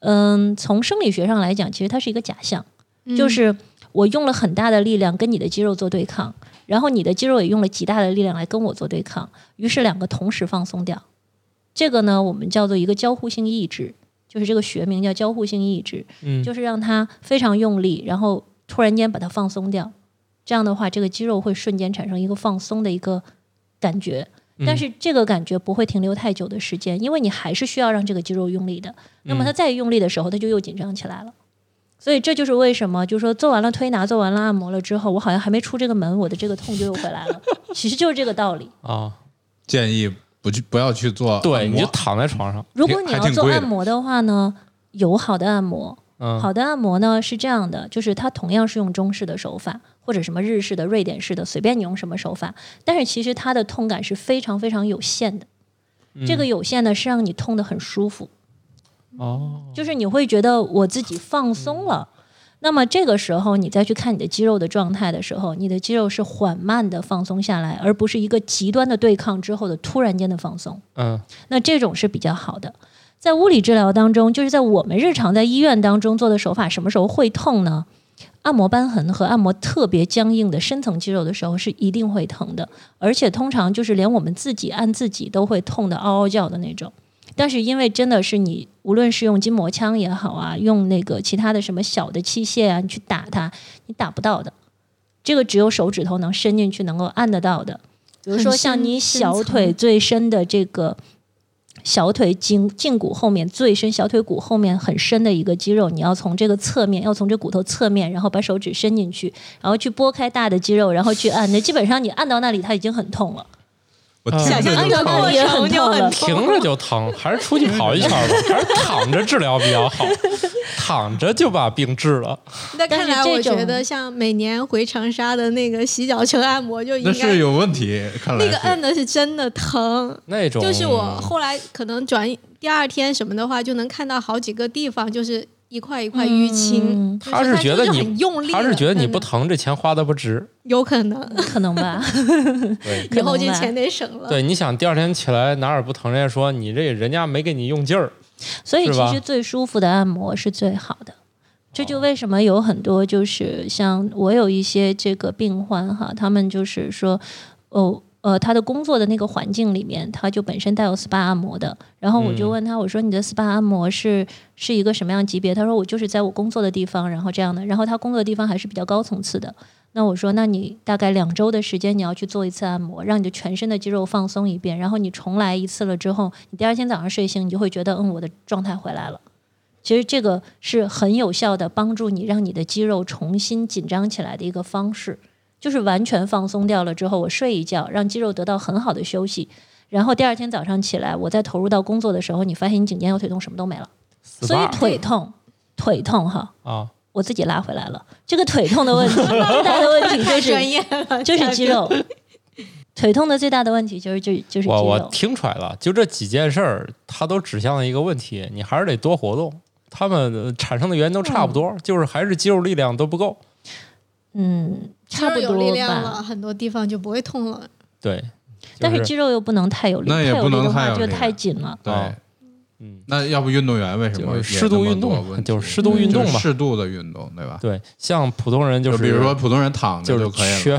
D: 嗯，从生理学上来讲，其实它是一个假象。
E: 嗯
D: 就是我用了很大的力量跟你的肌肉做对抗，然后你的肌肉也用了极大的力量来跟我做对抗，于是两个同时放松掉。这个呢，我们叫做一个交互性抑制，就是这个学名叫交互性抑制，
A: 嗯
D: 就是让它非常用力，然后突然间把它放松掉。这样的话，这个肌肉会瞬间产生一个放松的一个感觉，
B: 嗯
D: 但是这个感觉不会停留太久的时间，因为你还是需要让这个肌肉用力
B: 嗯
D: 的。那么它再用力的时候，它就又紧张起来了。所以这就是为什么，就是说做完了推拿，做完了按摩了之后，我好像还没出这个门，我的这个痛就又回来 了。其实就是这个道理。
A: 啊，
B: 建议不去不要去做
A: 对，
B: 按
A: 你
B: 摩
A: 就躺在床上，
D: 如果你
B: 还
D: 要
B: 挺
D: 做
B: 贵的
D: 按摩的话呢，有好的按摩，
A: 嗯，
D: 好的按摩呢是这样的，就是它同样是用中式的手法，或者什么日式的、瑞典式的，随便你用什么手法，但是其实它的痛感是非常非常有限的。
B: 嗯
D: 这个有限呢是让你痛得很舒服，
A: 哦，
D: 就是你会觉得我自己放松了。那么这个时候，你再去看你的肌肉的状态的时候，你的肌肉是缓慢的放松下来，而不是一个极端的对抗之后的突然间的放松。
A: 嗯，
D: 那这种是比较好的。在物理治疗当中，就是在我们日常在医院当中做的手法，什么时候会痛呢？按摩瘢痕和按摩特别僵硬的深层肌肉的时候是一定会疼的，而且通常就是连我们自己按自己都会痛得嗷嗷叫的那种。但是因为真的是你，无论是用筋膜枪也好啊，用那个其他的什么小的器械啊，你去打它，你打不到的。这个只有手指头能伸进去，能够按得到的。比如说
E: 很深
D: 像你
E: 深
D: 小
E: 层
D: 腿最深的这个小腿胫胫骨后面最深小腿骨后面很深的一个肌肉，你要从这个侧面，要从这骨头侧面，然后把手指伸进去，然后去拨开大的肌肉，然后去按。那基本上你按到那里，它已经很痛了。
B: 我听
A: 想
B: 着
D: 按
B: 就
D: 照
B: 疼
D: 过
F: 也
D: 程
F: 很
D: 就
F: 痛
D: 很
F: 了
D: 痛。
A: 停着就 疼，还是出去跑一圈吧，还是躺着治疗比较好，躺着就把病治了。
E: 那
D: 但
E: 看
D: 是
E: 来
D: 这
E: 我觉
D: 种
E: 得像每年回长沙的那个洗脚城按摩就应
B: 那是
E: 该。
B: 有问题，看来
E: 那个
B: 是
E: 按的是真的疼，
A: 那种
E: 就是我后来可能转第二天什么的话，就能看到好几个地方就是一块一块淤青。
D: 嗯
E: 就是
A: 他是
E: 它
A: 觉得
E: 就是
A: 你
E: 很用力了，
A: 他是觉得你不
E: 可能
A: 疼，这钱花的不值。
E: 有可能，
D: 可能吧，
A: 对，
E: 以后
D: 可
E: 这
D: 能吧
E: 钱得省了。
A: 对，你想第二天起来哪儿不疼，人家说你这人家没给你用劲儿，
D: 所以
A: 是
D: 其
A: 吧
D: 实最舒服的按摩是最好的。这就为什么有很多就是像我有一些这个病患哈，他们就是说，哦呃，他的工作的那个环境里面，他就本身带有 SPA 按摩的。然后我就
A: 嗯
D: 问他，我说你的 SPA 按摩是是一个什么样级别？他说我就是在我工作的地方，然后这样的。然后他工作的地方还是比较高层次的。那我说，那你大概两周的时间，你要去做一次按摩，让你的全身的肌肉放松一遍，然后你重来一次了之后，你第二天早上睡醒，你就会觉得，嗯，我的状态回来了。其实这个是很有效的帮助你让你的肌肉重新紧张起来的一个方式，就是完全放松掉了之后，我睡一觉，让肌肉得到很好的休息，然后第二天早上起来，我再投入到工作的时候，你发现你颈肩腰腿痛什么都没了，
A: 死
D: 所以
A: 吧
D: 腿痛，腿痛哈，
A: 啊，
D: 我自己拉回来了。这个腿痛的问题， 最大的问题就
E: 太专
D: 是
E: 业了，
D: 就是肌肉。腿痛的最大的问题就是就就是肌
A: 我我
D: 肉。
A: 听出来了，就这几件事儿，它都指向了一个问题，你还是得多活动。他们呃产生的原因都差不多，就是还是肌肉力量都不够。
D: 嗯，差不
E: 肌肉有力
D: 多
E: 量
D: 吧
E: 了，。很多地方就不会痛了。
A: 对，
D: 但
A: 就是
D: 肌肉又不能太有力，
B: 那也
D: 太有
B: 不
D: 力
B: 能
D: 的
B: 太
D: 话
B: 有
D: 就
B: 力
D: 太
B: 了
D: 紧了。
B: 对
A: 啊。嗯，
B: 那要不运动员为什
A: 就
B: 么
A: 是
B: 也
A: 适度
B: 那么
A: 运
B: 多
A: 动
B: 问题
A: 就是适度运动
B: 就
A: 吧
B: 是适度的运动，对吧？
A: 对，像普通人就是
B: 比如说普通人躺着
A: 就
B: 就是可以了。
A: 缺，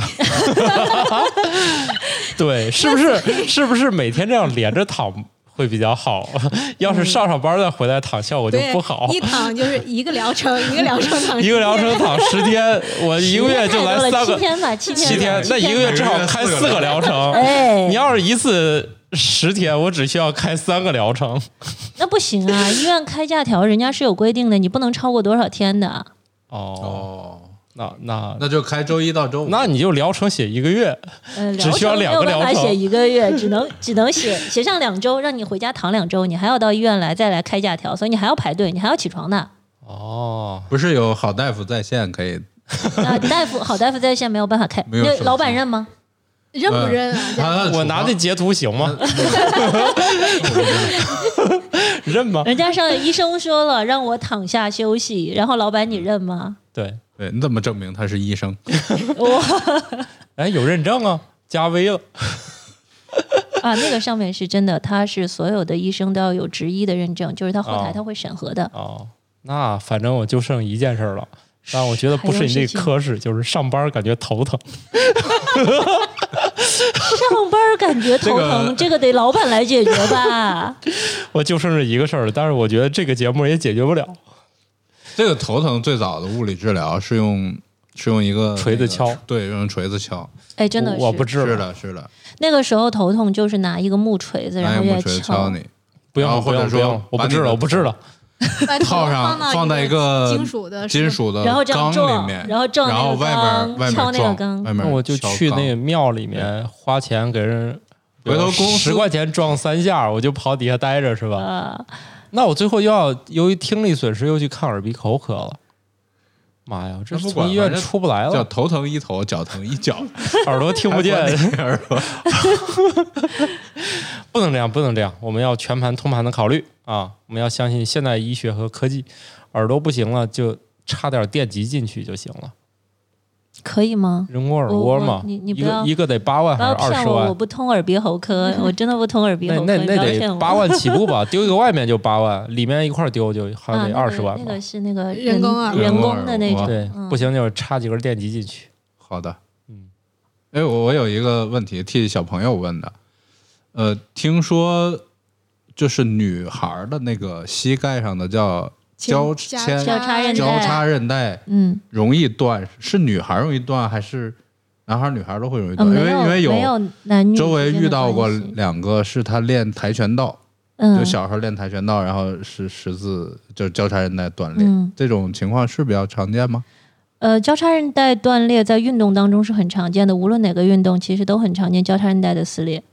A: 对，是不是？是不是每天这样连着躺会比较好？ 要
D: 嗯
A: 是上上班再回来躺，效果就
E: 对，
A: 不好。
E: 一躺就是一个疗程，一个疗 程 躺
A: 一个疗程躺十天，我一个月
D: 太
A: 就
D: 多
A: 来
D: 了
A: 三
D: 七
A: 个
D: 天吧，七天吧，
A: 七天，那一个月至少开四个疗程。
D: 哎
A: 你，要是一次十天，我只需要开三个疗程。
D: 那不行啊！医院开假条，人家是有规定的，你不能超过多少天的。
A: 哦，
B: 哦，
A: 那那
B: 那就开周一到周五。
A: 那你就疗程写一个月，
D: 呃，
A: 只需要
D: 疗
A: 两个
D: 程没有办
A: 疗
D: 法
A: 程
D: 写一个月，只能 只能写写上两周，让你回家躺两周，你还要到医院来再来开假条，所以你还要排队，你还要起床的。
A: 哦，
B: 不是有好大夫在线可以？
D: 那大夫好大夫在线没有办法开，
B: 没有
D: 那
B: 手
D: 老板
B: 机
D: 认吗？
E: 认不认啊？
A: 嗯
E: 这
B: 他
A: 我拿那截图行 吗？认吗？
D: 人家上医生说了让我躺下休息，然后老板你认吗？
A: 对，
B: 对，你怎么证明他是 医生？
D: 我
A: 哎，有认证啊，加微了。
D: 啊，那个上面是真的，他是所有的医生都要有执医的认证，就是他后台
A: 哦
D: 他会审核的。
A: 哦，那反正我就剩一件事儿了，但我觉得不是你
D: 还有
A: 这
D: 事情
A: 科室，就是上班感觉头疼。
D: 上班儿感觉头疼，这个得老板来解决吧。
A: 我就剩这一个事儿了，但是我觉得这个节目也解决不了，
B: 这个头疼最早的物理治疗是用是用一个
A: 锤子
B: 那个
A: 敲
B: 对，用锤子敲。
D: 哎，真的是，
A: 我我不治
B: 是
A: 了，
B: 的，是的，
D: 那个时候头痛就是拿一个木锤子，然
B: 拿
D: 后
B: 一
D: 再
B: 木锤敲 你，
A: 不用
B: 然
A: 了
B: 后
A: 不
B: 或者
A: 用了不用
B: 说
A: 了，我
B: 把
A: 不
B: 你
A: 治了，
B: 的
A: 我不治了。
E: 把头
B: 套上
E: 放
B: 放
E: 到
B: 在
E: 一
B: 一个
E: 金属的
B: 金属的
D: 然后这样
B: 缸
D: 撞
B: 里面，
D: 然后撞那个
B: 然后外
D: 缸
B: 面外面
D: 敲那个
B: 撞
D: 缸
B: 外
A: 那
B: 面
A: 我就
B: 敲
A: 去
B: 缸
A: 那个庙里面花钱给人。
B: 回头公司
A: 十块钱撞三下，我就跑底下待着是吧？
D: 啊，
A: 那我最后又要由于听力损失又去看耳鼻口科了。妈呀，这
B: 那不
A: 从
B: 管
A: 医院
B: 反正
A: 出不来
B: 叫
A: 了，
B: 头疼医头，脚疼医脚，
A: 耳朵听不见，
B: 还管你耳朵。
A: 不能这样，不能这样，我们要全盘通盘的考虑啊！我们要相信现代医学和科技，耳朵不行了就插点电极进去就行了，
D: 可以吗？
A: 人工耳
D: 我
A: 蜗
D: 我
A: 嘛，
D: 你你不
A: 一个
D: 要
A: 一个得八万
D: 不
A: 还
D: 要
A: 是二
D: 骗
A: 十
D: 我，我
A: 万？
D: 不通耳鼻喉科，
E: 嗯
D: 我真的不通耳鼻
A: 那
D: 喉科，
A: 那
D: 你不
A: 那
D: 要骗
A: 得
D: 我。
A: 八万起步 吧，丢一个外面就八万，里面一块儿丢就好像
D: 啊，那
A: 得
D: 个
A: 二十万
D: 那嗯
A: 吧
D: 个。是那个
E: 人工耳
D: 人
B: 人工
D: 工的那
B: 耳
D: 种，
A: 对，不行就插几根电极进去。
B: 好的，
A: 嗯，
B: 哎，我我有一个问题替小朋友问的，呃，听说就是女孩儿的那个膝盖上的叫交
E: 交
B: 牵
D: 交叉韧带
B: 交叉韧带
D: 嗯，
B: 容易断，是女孩儿容易断还是男孩儿女孩儿都会容易
D: 啊
B: 断？
D: 没
B: 因为
D: 有
B: 因为
D: 没有男女
B: 周围
D: 之间的
B: 遇到过
D: 关系
B: 两个是他练跆拳道，
D: 嗯
B: 就小时候练跆拳道，然后是十字就是交叉韧带断裂，
D: 嗯
B: 这种情况是比较常见吗？
D: 呃，交叉韧带断裂在运动当中是很常见的，无论哪个运动其实都很常见交叉韧带的撕裂。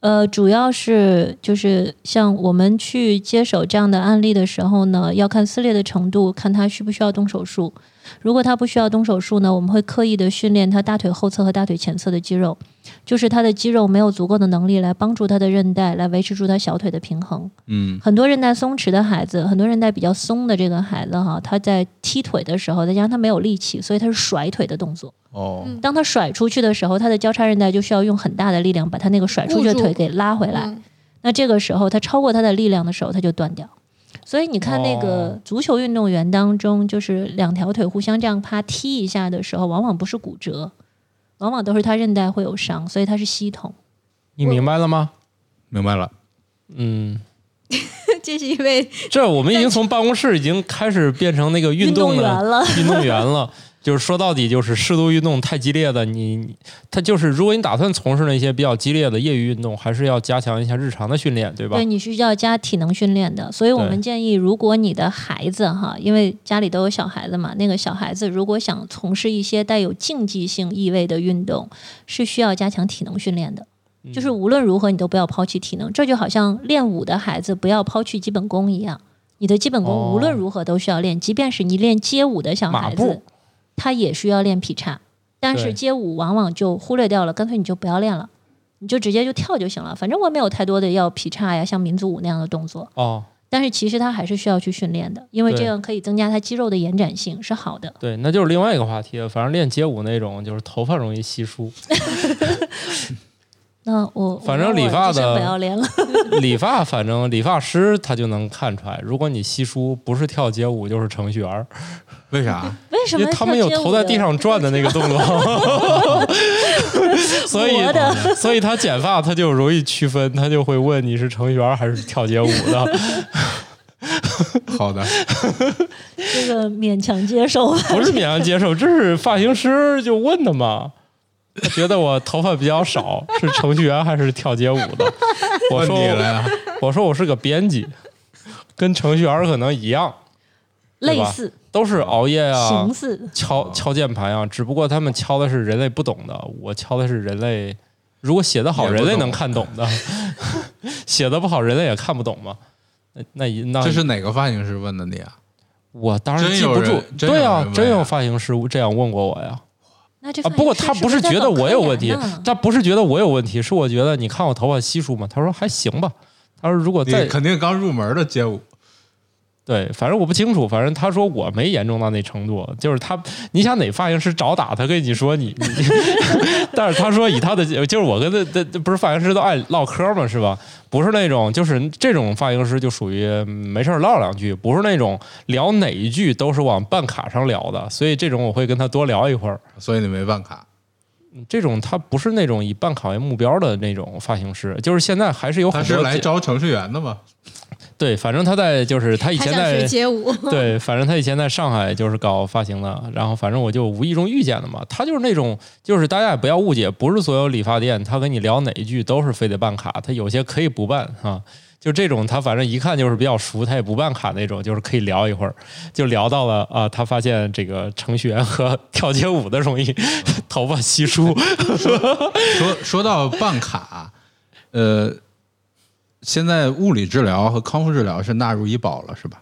D: 呃，主要是就是像我们去接手这样的案例的时候呢，要看撕裂的程度，看他需不需要动手术。如果他不需要动手术呢，我们会刻意的训练他大腿后侧和大腿前侧的肌肉，就是他的肌肉没有足够的能力来帮助他的韧带来维持住他小腿的平衡。
B: 嗯
D: 很多韧带松弛的孩子，很多韧带比较松的这个孩子哈，他在踢腿的时候，再加上他没有力气，所以他是甩腿的动作。
B: 哦
E: 嗯
D: 当他甩出去的时候，他的交叉韧带就需要用很大的力量把他那个甩出去的
E: 固住
D: 腿给拉回来。
E: 嗯
D: 那这个时候，他超过他的力量的时候，他就断掉。所以你看，那
A: 哦
D: 个足球运动员当中，就是两条腿互相这样啪踢一下的时候，往往不是骨折，往往都是他韧带会有伤，所以它是系统。
A: 你明白了吗？
B: 明白了，
A: 嗯，
E: 这是因为
A: 这我们已经从办公室已经开始变成那个运动
D: 员
A: 的
D: 了，
A: 运动员了。就是说到底，就是适度运动太激烈的，你你他就是，如果你打算从事那些比较激烈的业余运动，还是要加强一下日常的训练，对吧？
D: 对，你是要加体能训练的。所以我
A: 对
D: 们建议，如果你的孩子哈，因为家里都有小孩子嘛，那个小孩子如果想从事一些带有竞技性意味的运动，是需要加强体能训练的。
A: 嗯
D: 就是无论如何，你都不要抛弃体能。这就好像练武的孩子不要抛弃基本功一样，你的基本
A: 哦
D: 功无论如何都需要练，即便是你练街舞的小
A: 马
D: 孩
A: 步
D: 子，他也需要练劈叉。但
A: 对
D: 是街舞往往就忽略掉了，干脆你就不要练了，你就直接就跳就行了。反正我也没有太多的要劈叉呀，像民族舞那样的动作。
A: 哦，
D: 但是其实他还是需要去训练的，因为
A: 对
D: 这样可以增加他肌肉的延展性，是好的。
A: 对，那就是另外一个话题了。反正练街舞那种，就是头发容易稀疏，
D: 那我
A: 反正理发的
D: 我就是不要练了。
A: 理发反正理发师他就能看出来。如果你稀疏，不是跳街舞就是程序员儿，
B: 为啥？
D: 为什
A: 因
D: 么
A: 为他
D: 跳
A: 们有
D: 街舞
A: 头在地
D: 的
A: 上转的那个动作， 所以
D: 活的
A: 所以他剪发他就容易区分，他就会问你是程序员儿还是跳街舞的，
B: 好的，
D: 这个勉强接受吧。
A: 不是勉强接受，这是发型师就问的嘛。他觉得我头发比较少，是程序员还是跳街舞 的？ 我
B: 问
A: 说
B: 你了呀，
A: 我说我是个编辑，跟程序员可能一样，对
D: 类
A: 吧
D: 似、
A: 都是熬夜啊
D: 形，似，
A: 敲敲键盘啊，只不过他们敲的是人类不懂的，我敲的是人类，如果写得好，
B: 也不
A: 人类
B: 懂
A: 能看懂 的，写的不好，人类也看不懂嘛。那那一那
B: 这是哪个发型师问的你啊？
A: 我当然
B: 真
A: 记
B: 有
A: 不
B: 人
A: 住，
B: 真
A: 对
B: 有
A: 啊
B: 人，
A: 真
B: 问
A: 有
B: 呀
A: 发型师这样问过我呀。
D: 那这
A: 啊，
D: 发
A: 不过
D: 型
A: 他
D: 师
A: 不
D: 是
A: 觉得我有问题
D: 在搞科研 呢，
A: 他不是觉得我有问题，是我觉得你看我头发稀疏嘛。他说还行吧，他说如果
B: 你
A: 再
B: 肯定刚入门的街舞，
A: 对，反正我不清楚，反正他说我没严重到那程度，就是他，你想哪发型师找打他跟你说你， 你但是他说以他的就是我跟他他不是发型师都爱唠嗑嘛，是吧？不是那种就是这种发型师就属于没事儿唠两句，不是那种聊哪一句都是往办卡上聊的，所以这种我会跟他多聊一会儿。
B: 所以你没办卡。
A: 这种他不是那种以办卡为目标的那种发型师，就是现在还是有
B: 他
A: 很
B: 是
A: 多
B: 来招程序员的吗？
A: 对，反正他在就是他以
E: 他
A: 前
E: 想
A: 在
E: 学街舞，
A: 对，反正他以前在上海就是搞发型的，然后反正我就无意中遇见了嘛。他就是那种，就是大家也不要误解，不是所有理发店他跟你聊哪一句都是非得办卡，他有些可以不办啊。就这种，他反正一看就是比较熟，他也不办卡那种，就是可以聊一会儿，就聊到了啊，他发现这个程序员和跳街舞的容易 头发稀疏，
B: 说说到办卡，呃，现在物理治疗和康复治疗是纳入医保了，是吧？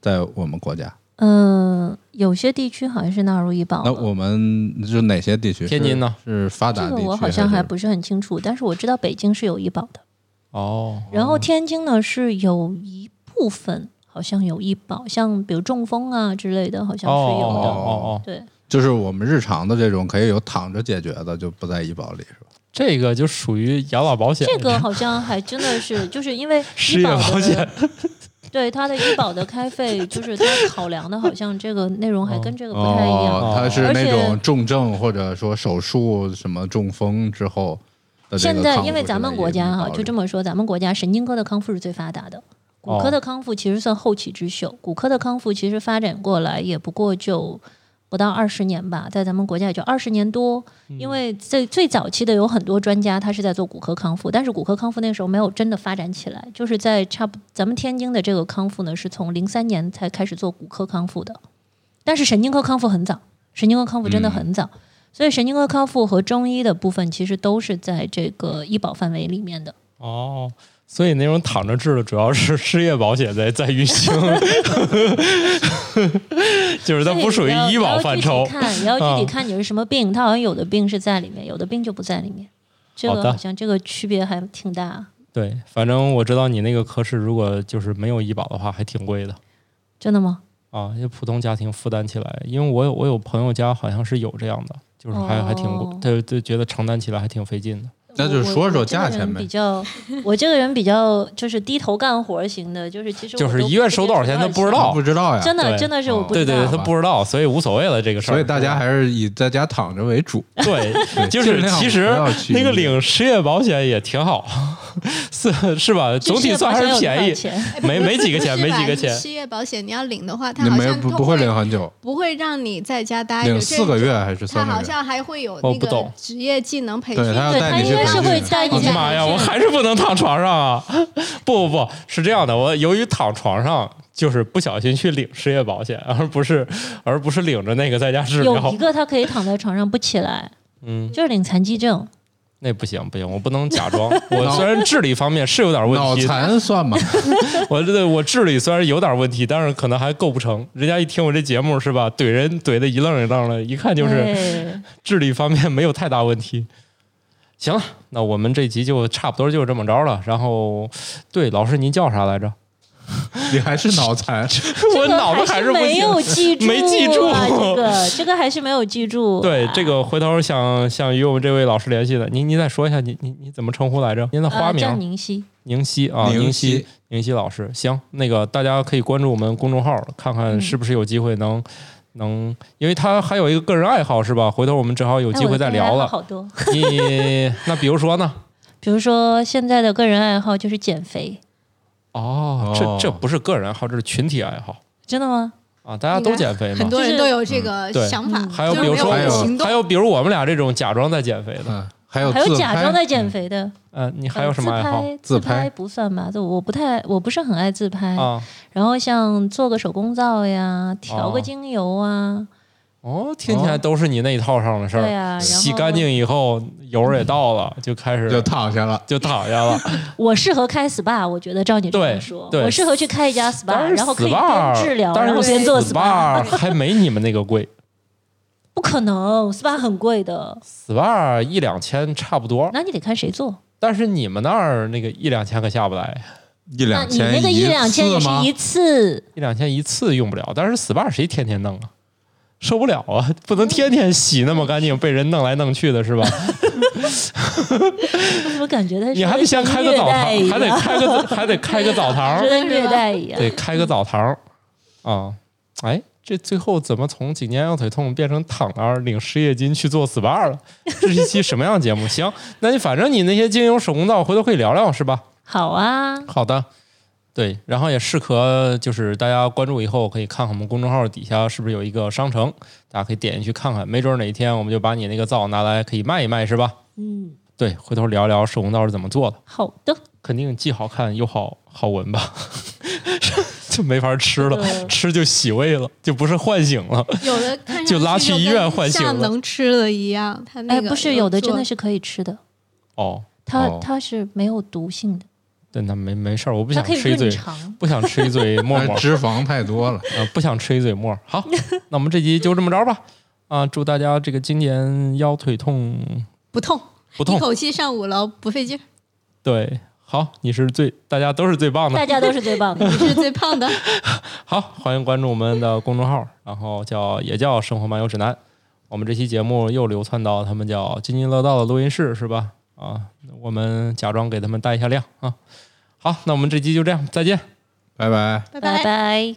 B: 在我们国家，
D: 嗯、有些地区好像是纳入医保
B: 那
D: 了。
B: 我们就哪些地区？
A: 天津呢？
B: 是发达
D: 这
B: 地
D: 个
B: 区？
D: 我好像还
B: 还是
D: 不是很清楚，但是我知道北京是有医保的，
A: 哦，
D: 然后天津呢是有一部分好像有医保，像比如中风啊之类的，好像
A: 哦
D: 是有
A: 哦
D: 的。
A: 哦哦，
D: 对，
B: 就是我们日常的这种可以有躺着解决的，就不在医保里，是吧？
A: 这个就属于养老保险，
D: 这个好像还真的是，就是 因为
A: 失
D: 医
A: 业
D: 保
A: 保
D: 的
A: 险，
D: 对它的医保的开费，就是它考量的，好像这个内容还跟这个不太一样。
B: 哦，它是
D: 而
B: 那
D: 且
B: 种重症或者说手术什么中风之后的这
D: 现
B: 个
D: 在
B: 康
D: 因
B: 复
D: 为
B: 之
D: 咱们
B: 类
D: 国
B: 也
D: 家
B: 有
D: 哈、
B: 道
D: 就
B: 理
D: 这么说，咱们国家神经科的康复是最发达的，骨
B: 哦
D: 科的康复其实算后起之秀，骨科的康复其实发展过来也不过就。不到二十年吧，在咱们国家也就二十年多，
A: 嗯
D: 因为最最早期的有很多专家，他是在做骨科康复，但是骨科康复那时候没有真的发展起来，就是在差不咱们天津的这个康复呢，是从零三年才开始做骨科康复的，但是神经科康复很早，神经科康复
A: 嗯
D: 真的很早，所以神经科康复和中医的部分其实都是在这个医保范围里面的。
A: 哦，所以那种躺着治的主要是失业保险在在运行， 就是它不属于医保范畴。嗯
D: 你要具体看，你要具体看你是什么病，它好像有的病是在里面，有的病就不在里面。这
A: 好
D: 个
A: 的
D: 好像这个区别还挺大，
A: 对，反正我知道你那个科室如果就是没有医保的话，还挺贵的
D: 真的吗？
A: 啊，就普通家庭负担起来。因为我有我有朋友家好像是有这样的，就是还、还挺贵
D: 哦，
A: 他就觉得承担起来还挺费劲的。
B: 那就
D: 我
B: 说说
D: 我这个
B: 价钱
D: 人
B: 呗
D: 比较，我这个人比较就是低头干活型的，就是其实我
A: 就是
D: 都
A: 一月
D: 不
A: 收
D: 接
A: 多少
D: 触
A: 钱
D: 到
A: 都不知
D: 钱
A: 道
B: 不知道呀。
D: 真的
A: 对
D: 真的是我
B: 哦
D: 不
A: 对
D: 知道。
A: 对，他不知道，所以无所谓了这个事儿。
B: 所以大家还是以在家躺着为主。
A: 对，
B: 对
A: 就
B: 尽
A: 是
B: 量
A: 其实
B: 不要去
A: 那个领失业保险也挺好， 是是吧？
D: 这
A: 总体
D: 世
A: 算还
D: 界
A: 是
D: 保险
A: 便
D: 有多
A: 宜
D: 少，钱 哎
A: 没没几个钱，
E: 不
A: 没
E: 是吧
A: 几个
E: 你
A: 钱。
E: 失业保险你要领的话，
B: 你
E: 它好
B: 没
E: 像哎
B: 不
E: 它
B: 不会领很久，
E: 不会让你在家待着，
B: 领
E: 这
B: 四个月还是
E: 它
B: 三
E: 好
B: 个月？
E: 像还会有
A: 我
E: 那
A: 不懂
E: 个职业技能培训，
B: 对他要
D: 对
B: 带
D: 他
B: 你去
D: 应该是
B: 培
D: 会
B: 训
D: 带
A: 我
D: 你
A: 的
D: 去
A: 啊妈呀！
D: 培
A: 我
D: 训
A: 还是不能躺床上啊！不不不，是这样的，我由于躺床上就是不小心去领失业保险，而不是而不是领着那个在家治
D: 有
A: 疗
D: 一。个他可以躺在床上不起来，
A: 嗯，
D: 就是领残疾证。
A: 那不行不行，我不能假 装。我虽然智力方面是有点问
B: 脑
A: 题，
B: 残算吗？
A: 我这我智力虽然有点问题，但是可能还够不成。人家一听我这节目是吧，怼人怼的一愣一愣的，一看就是
D: 对
A: 智力方面没有太大问题。 行了，那我们这集就差不多就这么着了。然后，对老师您叫啥来着？
B: 你还是脑 残？
A: 我脑子还
D: 还
A: 是不
D: 没
A: 行。
D: 有记住啊，
A: 没记住
D: 这个，这个还是没有记住啊。
A: 对，这个回头想想与我们这位老师联系的，您您再说一下，您您您怎么称呼来着？您的
D: 呃
A: 花名、
D: 郑宁熙，
A: 宁熙啊，
B: 宁
A: 宁熙
B: 熙，
A: 宁熙老师。行，那个大家可以关注我们公众号，看看
D: 嗯
A: 是不是有机会能、能，因为他还有一个个人爱好是吧？回头我们正好有
D: 哎
A: 机
D: 我
A: 会
D: 的
A: 再
D: 个人爱
A: 聊
D: 好
A: 了。
D: 好多，
A: 你 那比如说呢？
D: 比如说现在的个人爱好就是减肥，
A: 哦，
B: 哦
A: 这这不是个人爱好，这是群体爱好
D: 真的吗？
A: 啊！大家都减肥嘛
E: 很。多
D: 就
E: 人
D: 是
E: 都有这个
A: 对
E: 想法
D: 嗯，
A: 还有
E: 就
A: 比
E: 是
A: 如
E: 没
A: 说，
B: 还
E: 有
B: 有
E: 行动
A: 还。有比如我们俩这种假装在减肥的，
B: 嗯，还有
D: 还有
B: 自
D: 假装
B: 拍，
D: 在减肥的，
A: 嗯，你还有
D: 呃
A: 什么爱好
D: 自拍自
B: 自拍
D: 拍不算吧？就我不太，我不是很爱自拍。
A: 啊？
D: 然后像做个手工皂呀，调
A: 哦
D: 个精油啊，
A: 哦，听起来都是你那一套上的事
D: 对
A: 儿。
D: 呀、然后
A: 洗干净以后，油儿也到了，就开始
B: 就躺下了。
A: 就躺下 了。
D: 我适合开 SPA，我觉得照你这
A: 对
D: 么说，
A: 对
D: 我适合去开一家 SPA，
A: 但是
D: 然后可以
A: SPA
D: 边治疗，
A: 但
D: 然后
A: 是
D: 边做 SPA。
A: SPA 还没你们那个贵
D: 不可能，SPA 很贵的，
A: ，SPA 一两千差不多，
D: 那你得看谁做。
A: 但是你们那儿那个一两千可下不来，
B: 一
D: 那
B: 两
D: 你
B: 千，
D: 那个一两千也是一次，
A: 一两千一次用不了，但是 SPA 谁天天弄啊？受不了啊！不能天天洗那么干净，被人弄来弄去的是吧？
D: 我怎么感觉他
A: 你还得先开个澡堂，还得开个还得开个澡堂，
D: 跟虐待一样。
A: 得开个澡堂啊！哎，这最后怎么从几年腰腿痛变成躺那儿领失业金去做 SPA 了？这是一期什么样的节目？行，那你反正你那些精油手工皂回头可以聊聊是吧？
D: 好啊，
A: 好的，对，然后也适可就是大家关注以后可以看看我们公众号底下是不是有一个商城，大家可以点进去看看，没准哪一天我们就把你那个皂拿来可以卖一卖是吧？
D: 嗯，
A: 对，回头聊聊手工皂是怎么做的。
D: 好的，
A: 肯定既好看又好好闻吧， 就没法吃了，
D: 嗯
A: 吃就洗胃了，就不是唤醒了。
E: 有的看上去
A: 就拉去医院唤醒了
E: 就跟像能吃的一样，他那
D: 哎，
E: 个
D: 不是有的真的
E: 是
D: 是可以吃的，
A: 哦，
D: 它
B: 哦
D: 它是没有毒性的，
A: 但那没没事儿，我不
D: 它
A: 想
D: 可以
A: 吃一嘴
D: 润，肠。
A: 不想吃一嘴沫沫
B: 但，脂肪太多了。
A: 呃，不想吃一嘴沫儿。好，那我们这集就这么着吧。啊，祝大家这个今年腰腿痛
E: 不痛，
A: 不痛
E: 一。口气上五楼不费劲儿，
A: 对，好，你是最，大家都是最棒的
D: 大。家都是最棒的。
E: 你是最胖的。
A: 好，欢迎关注我们的公众号，然后叫也叫《生活漫游指南》。我们这期节目又流窜到他们叫津津乐道的录音室，是吧？啊，我们假装给他们带一下量啊。好，那我们这期就这样，再见。
B: 拜拜。
E: 拜
D: 拜拜。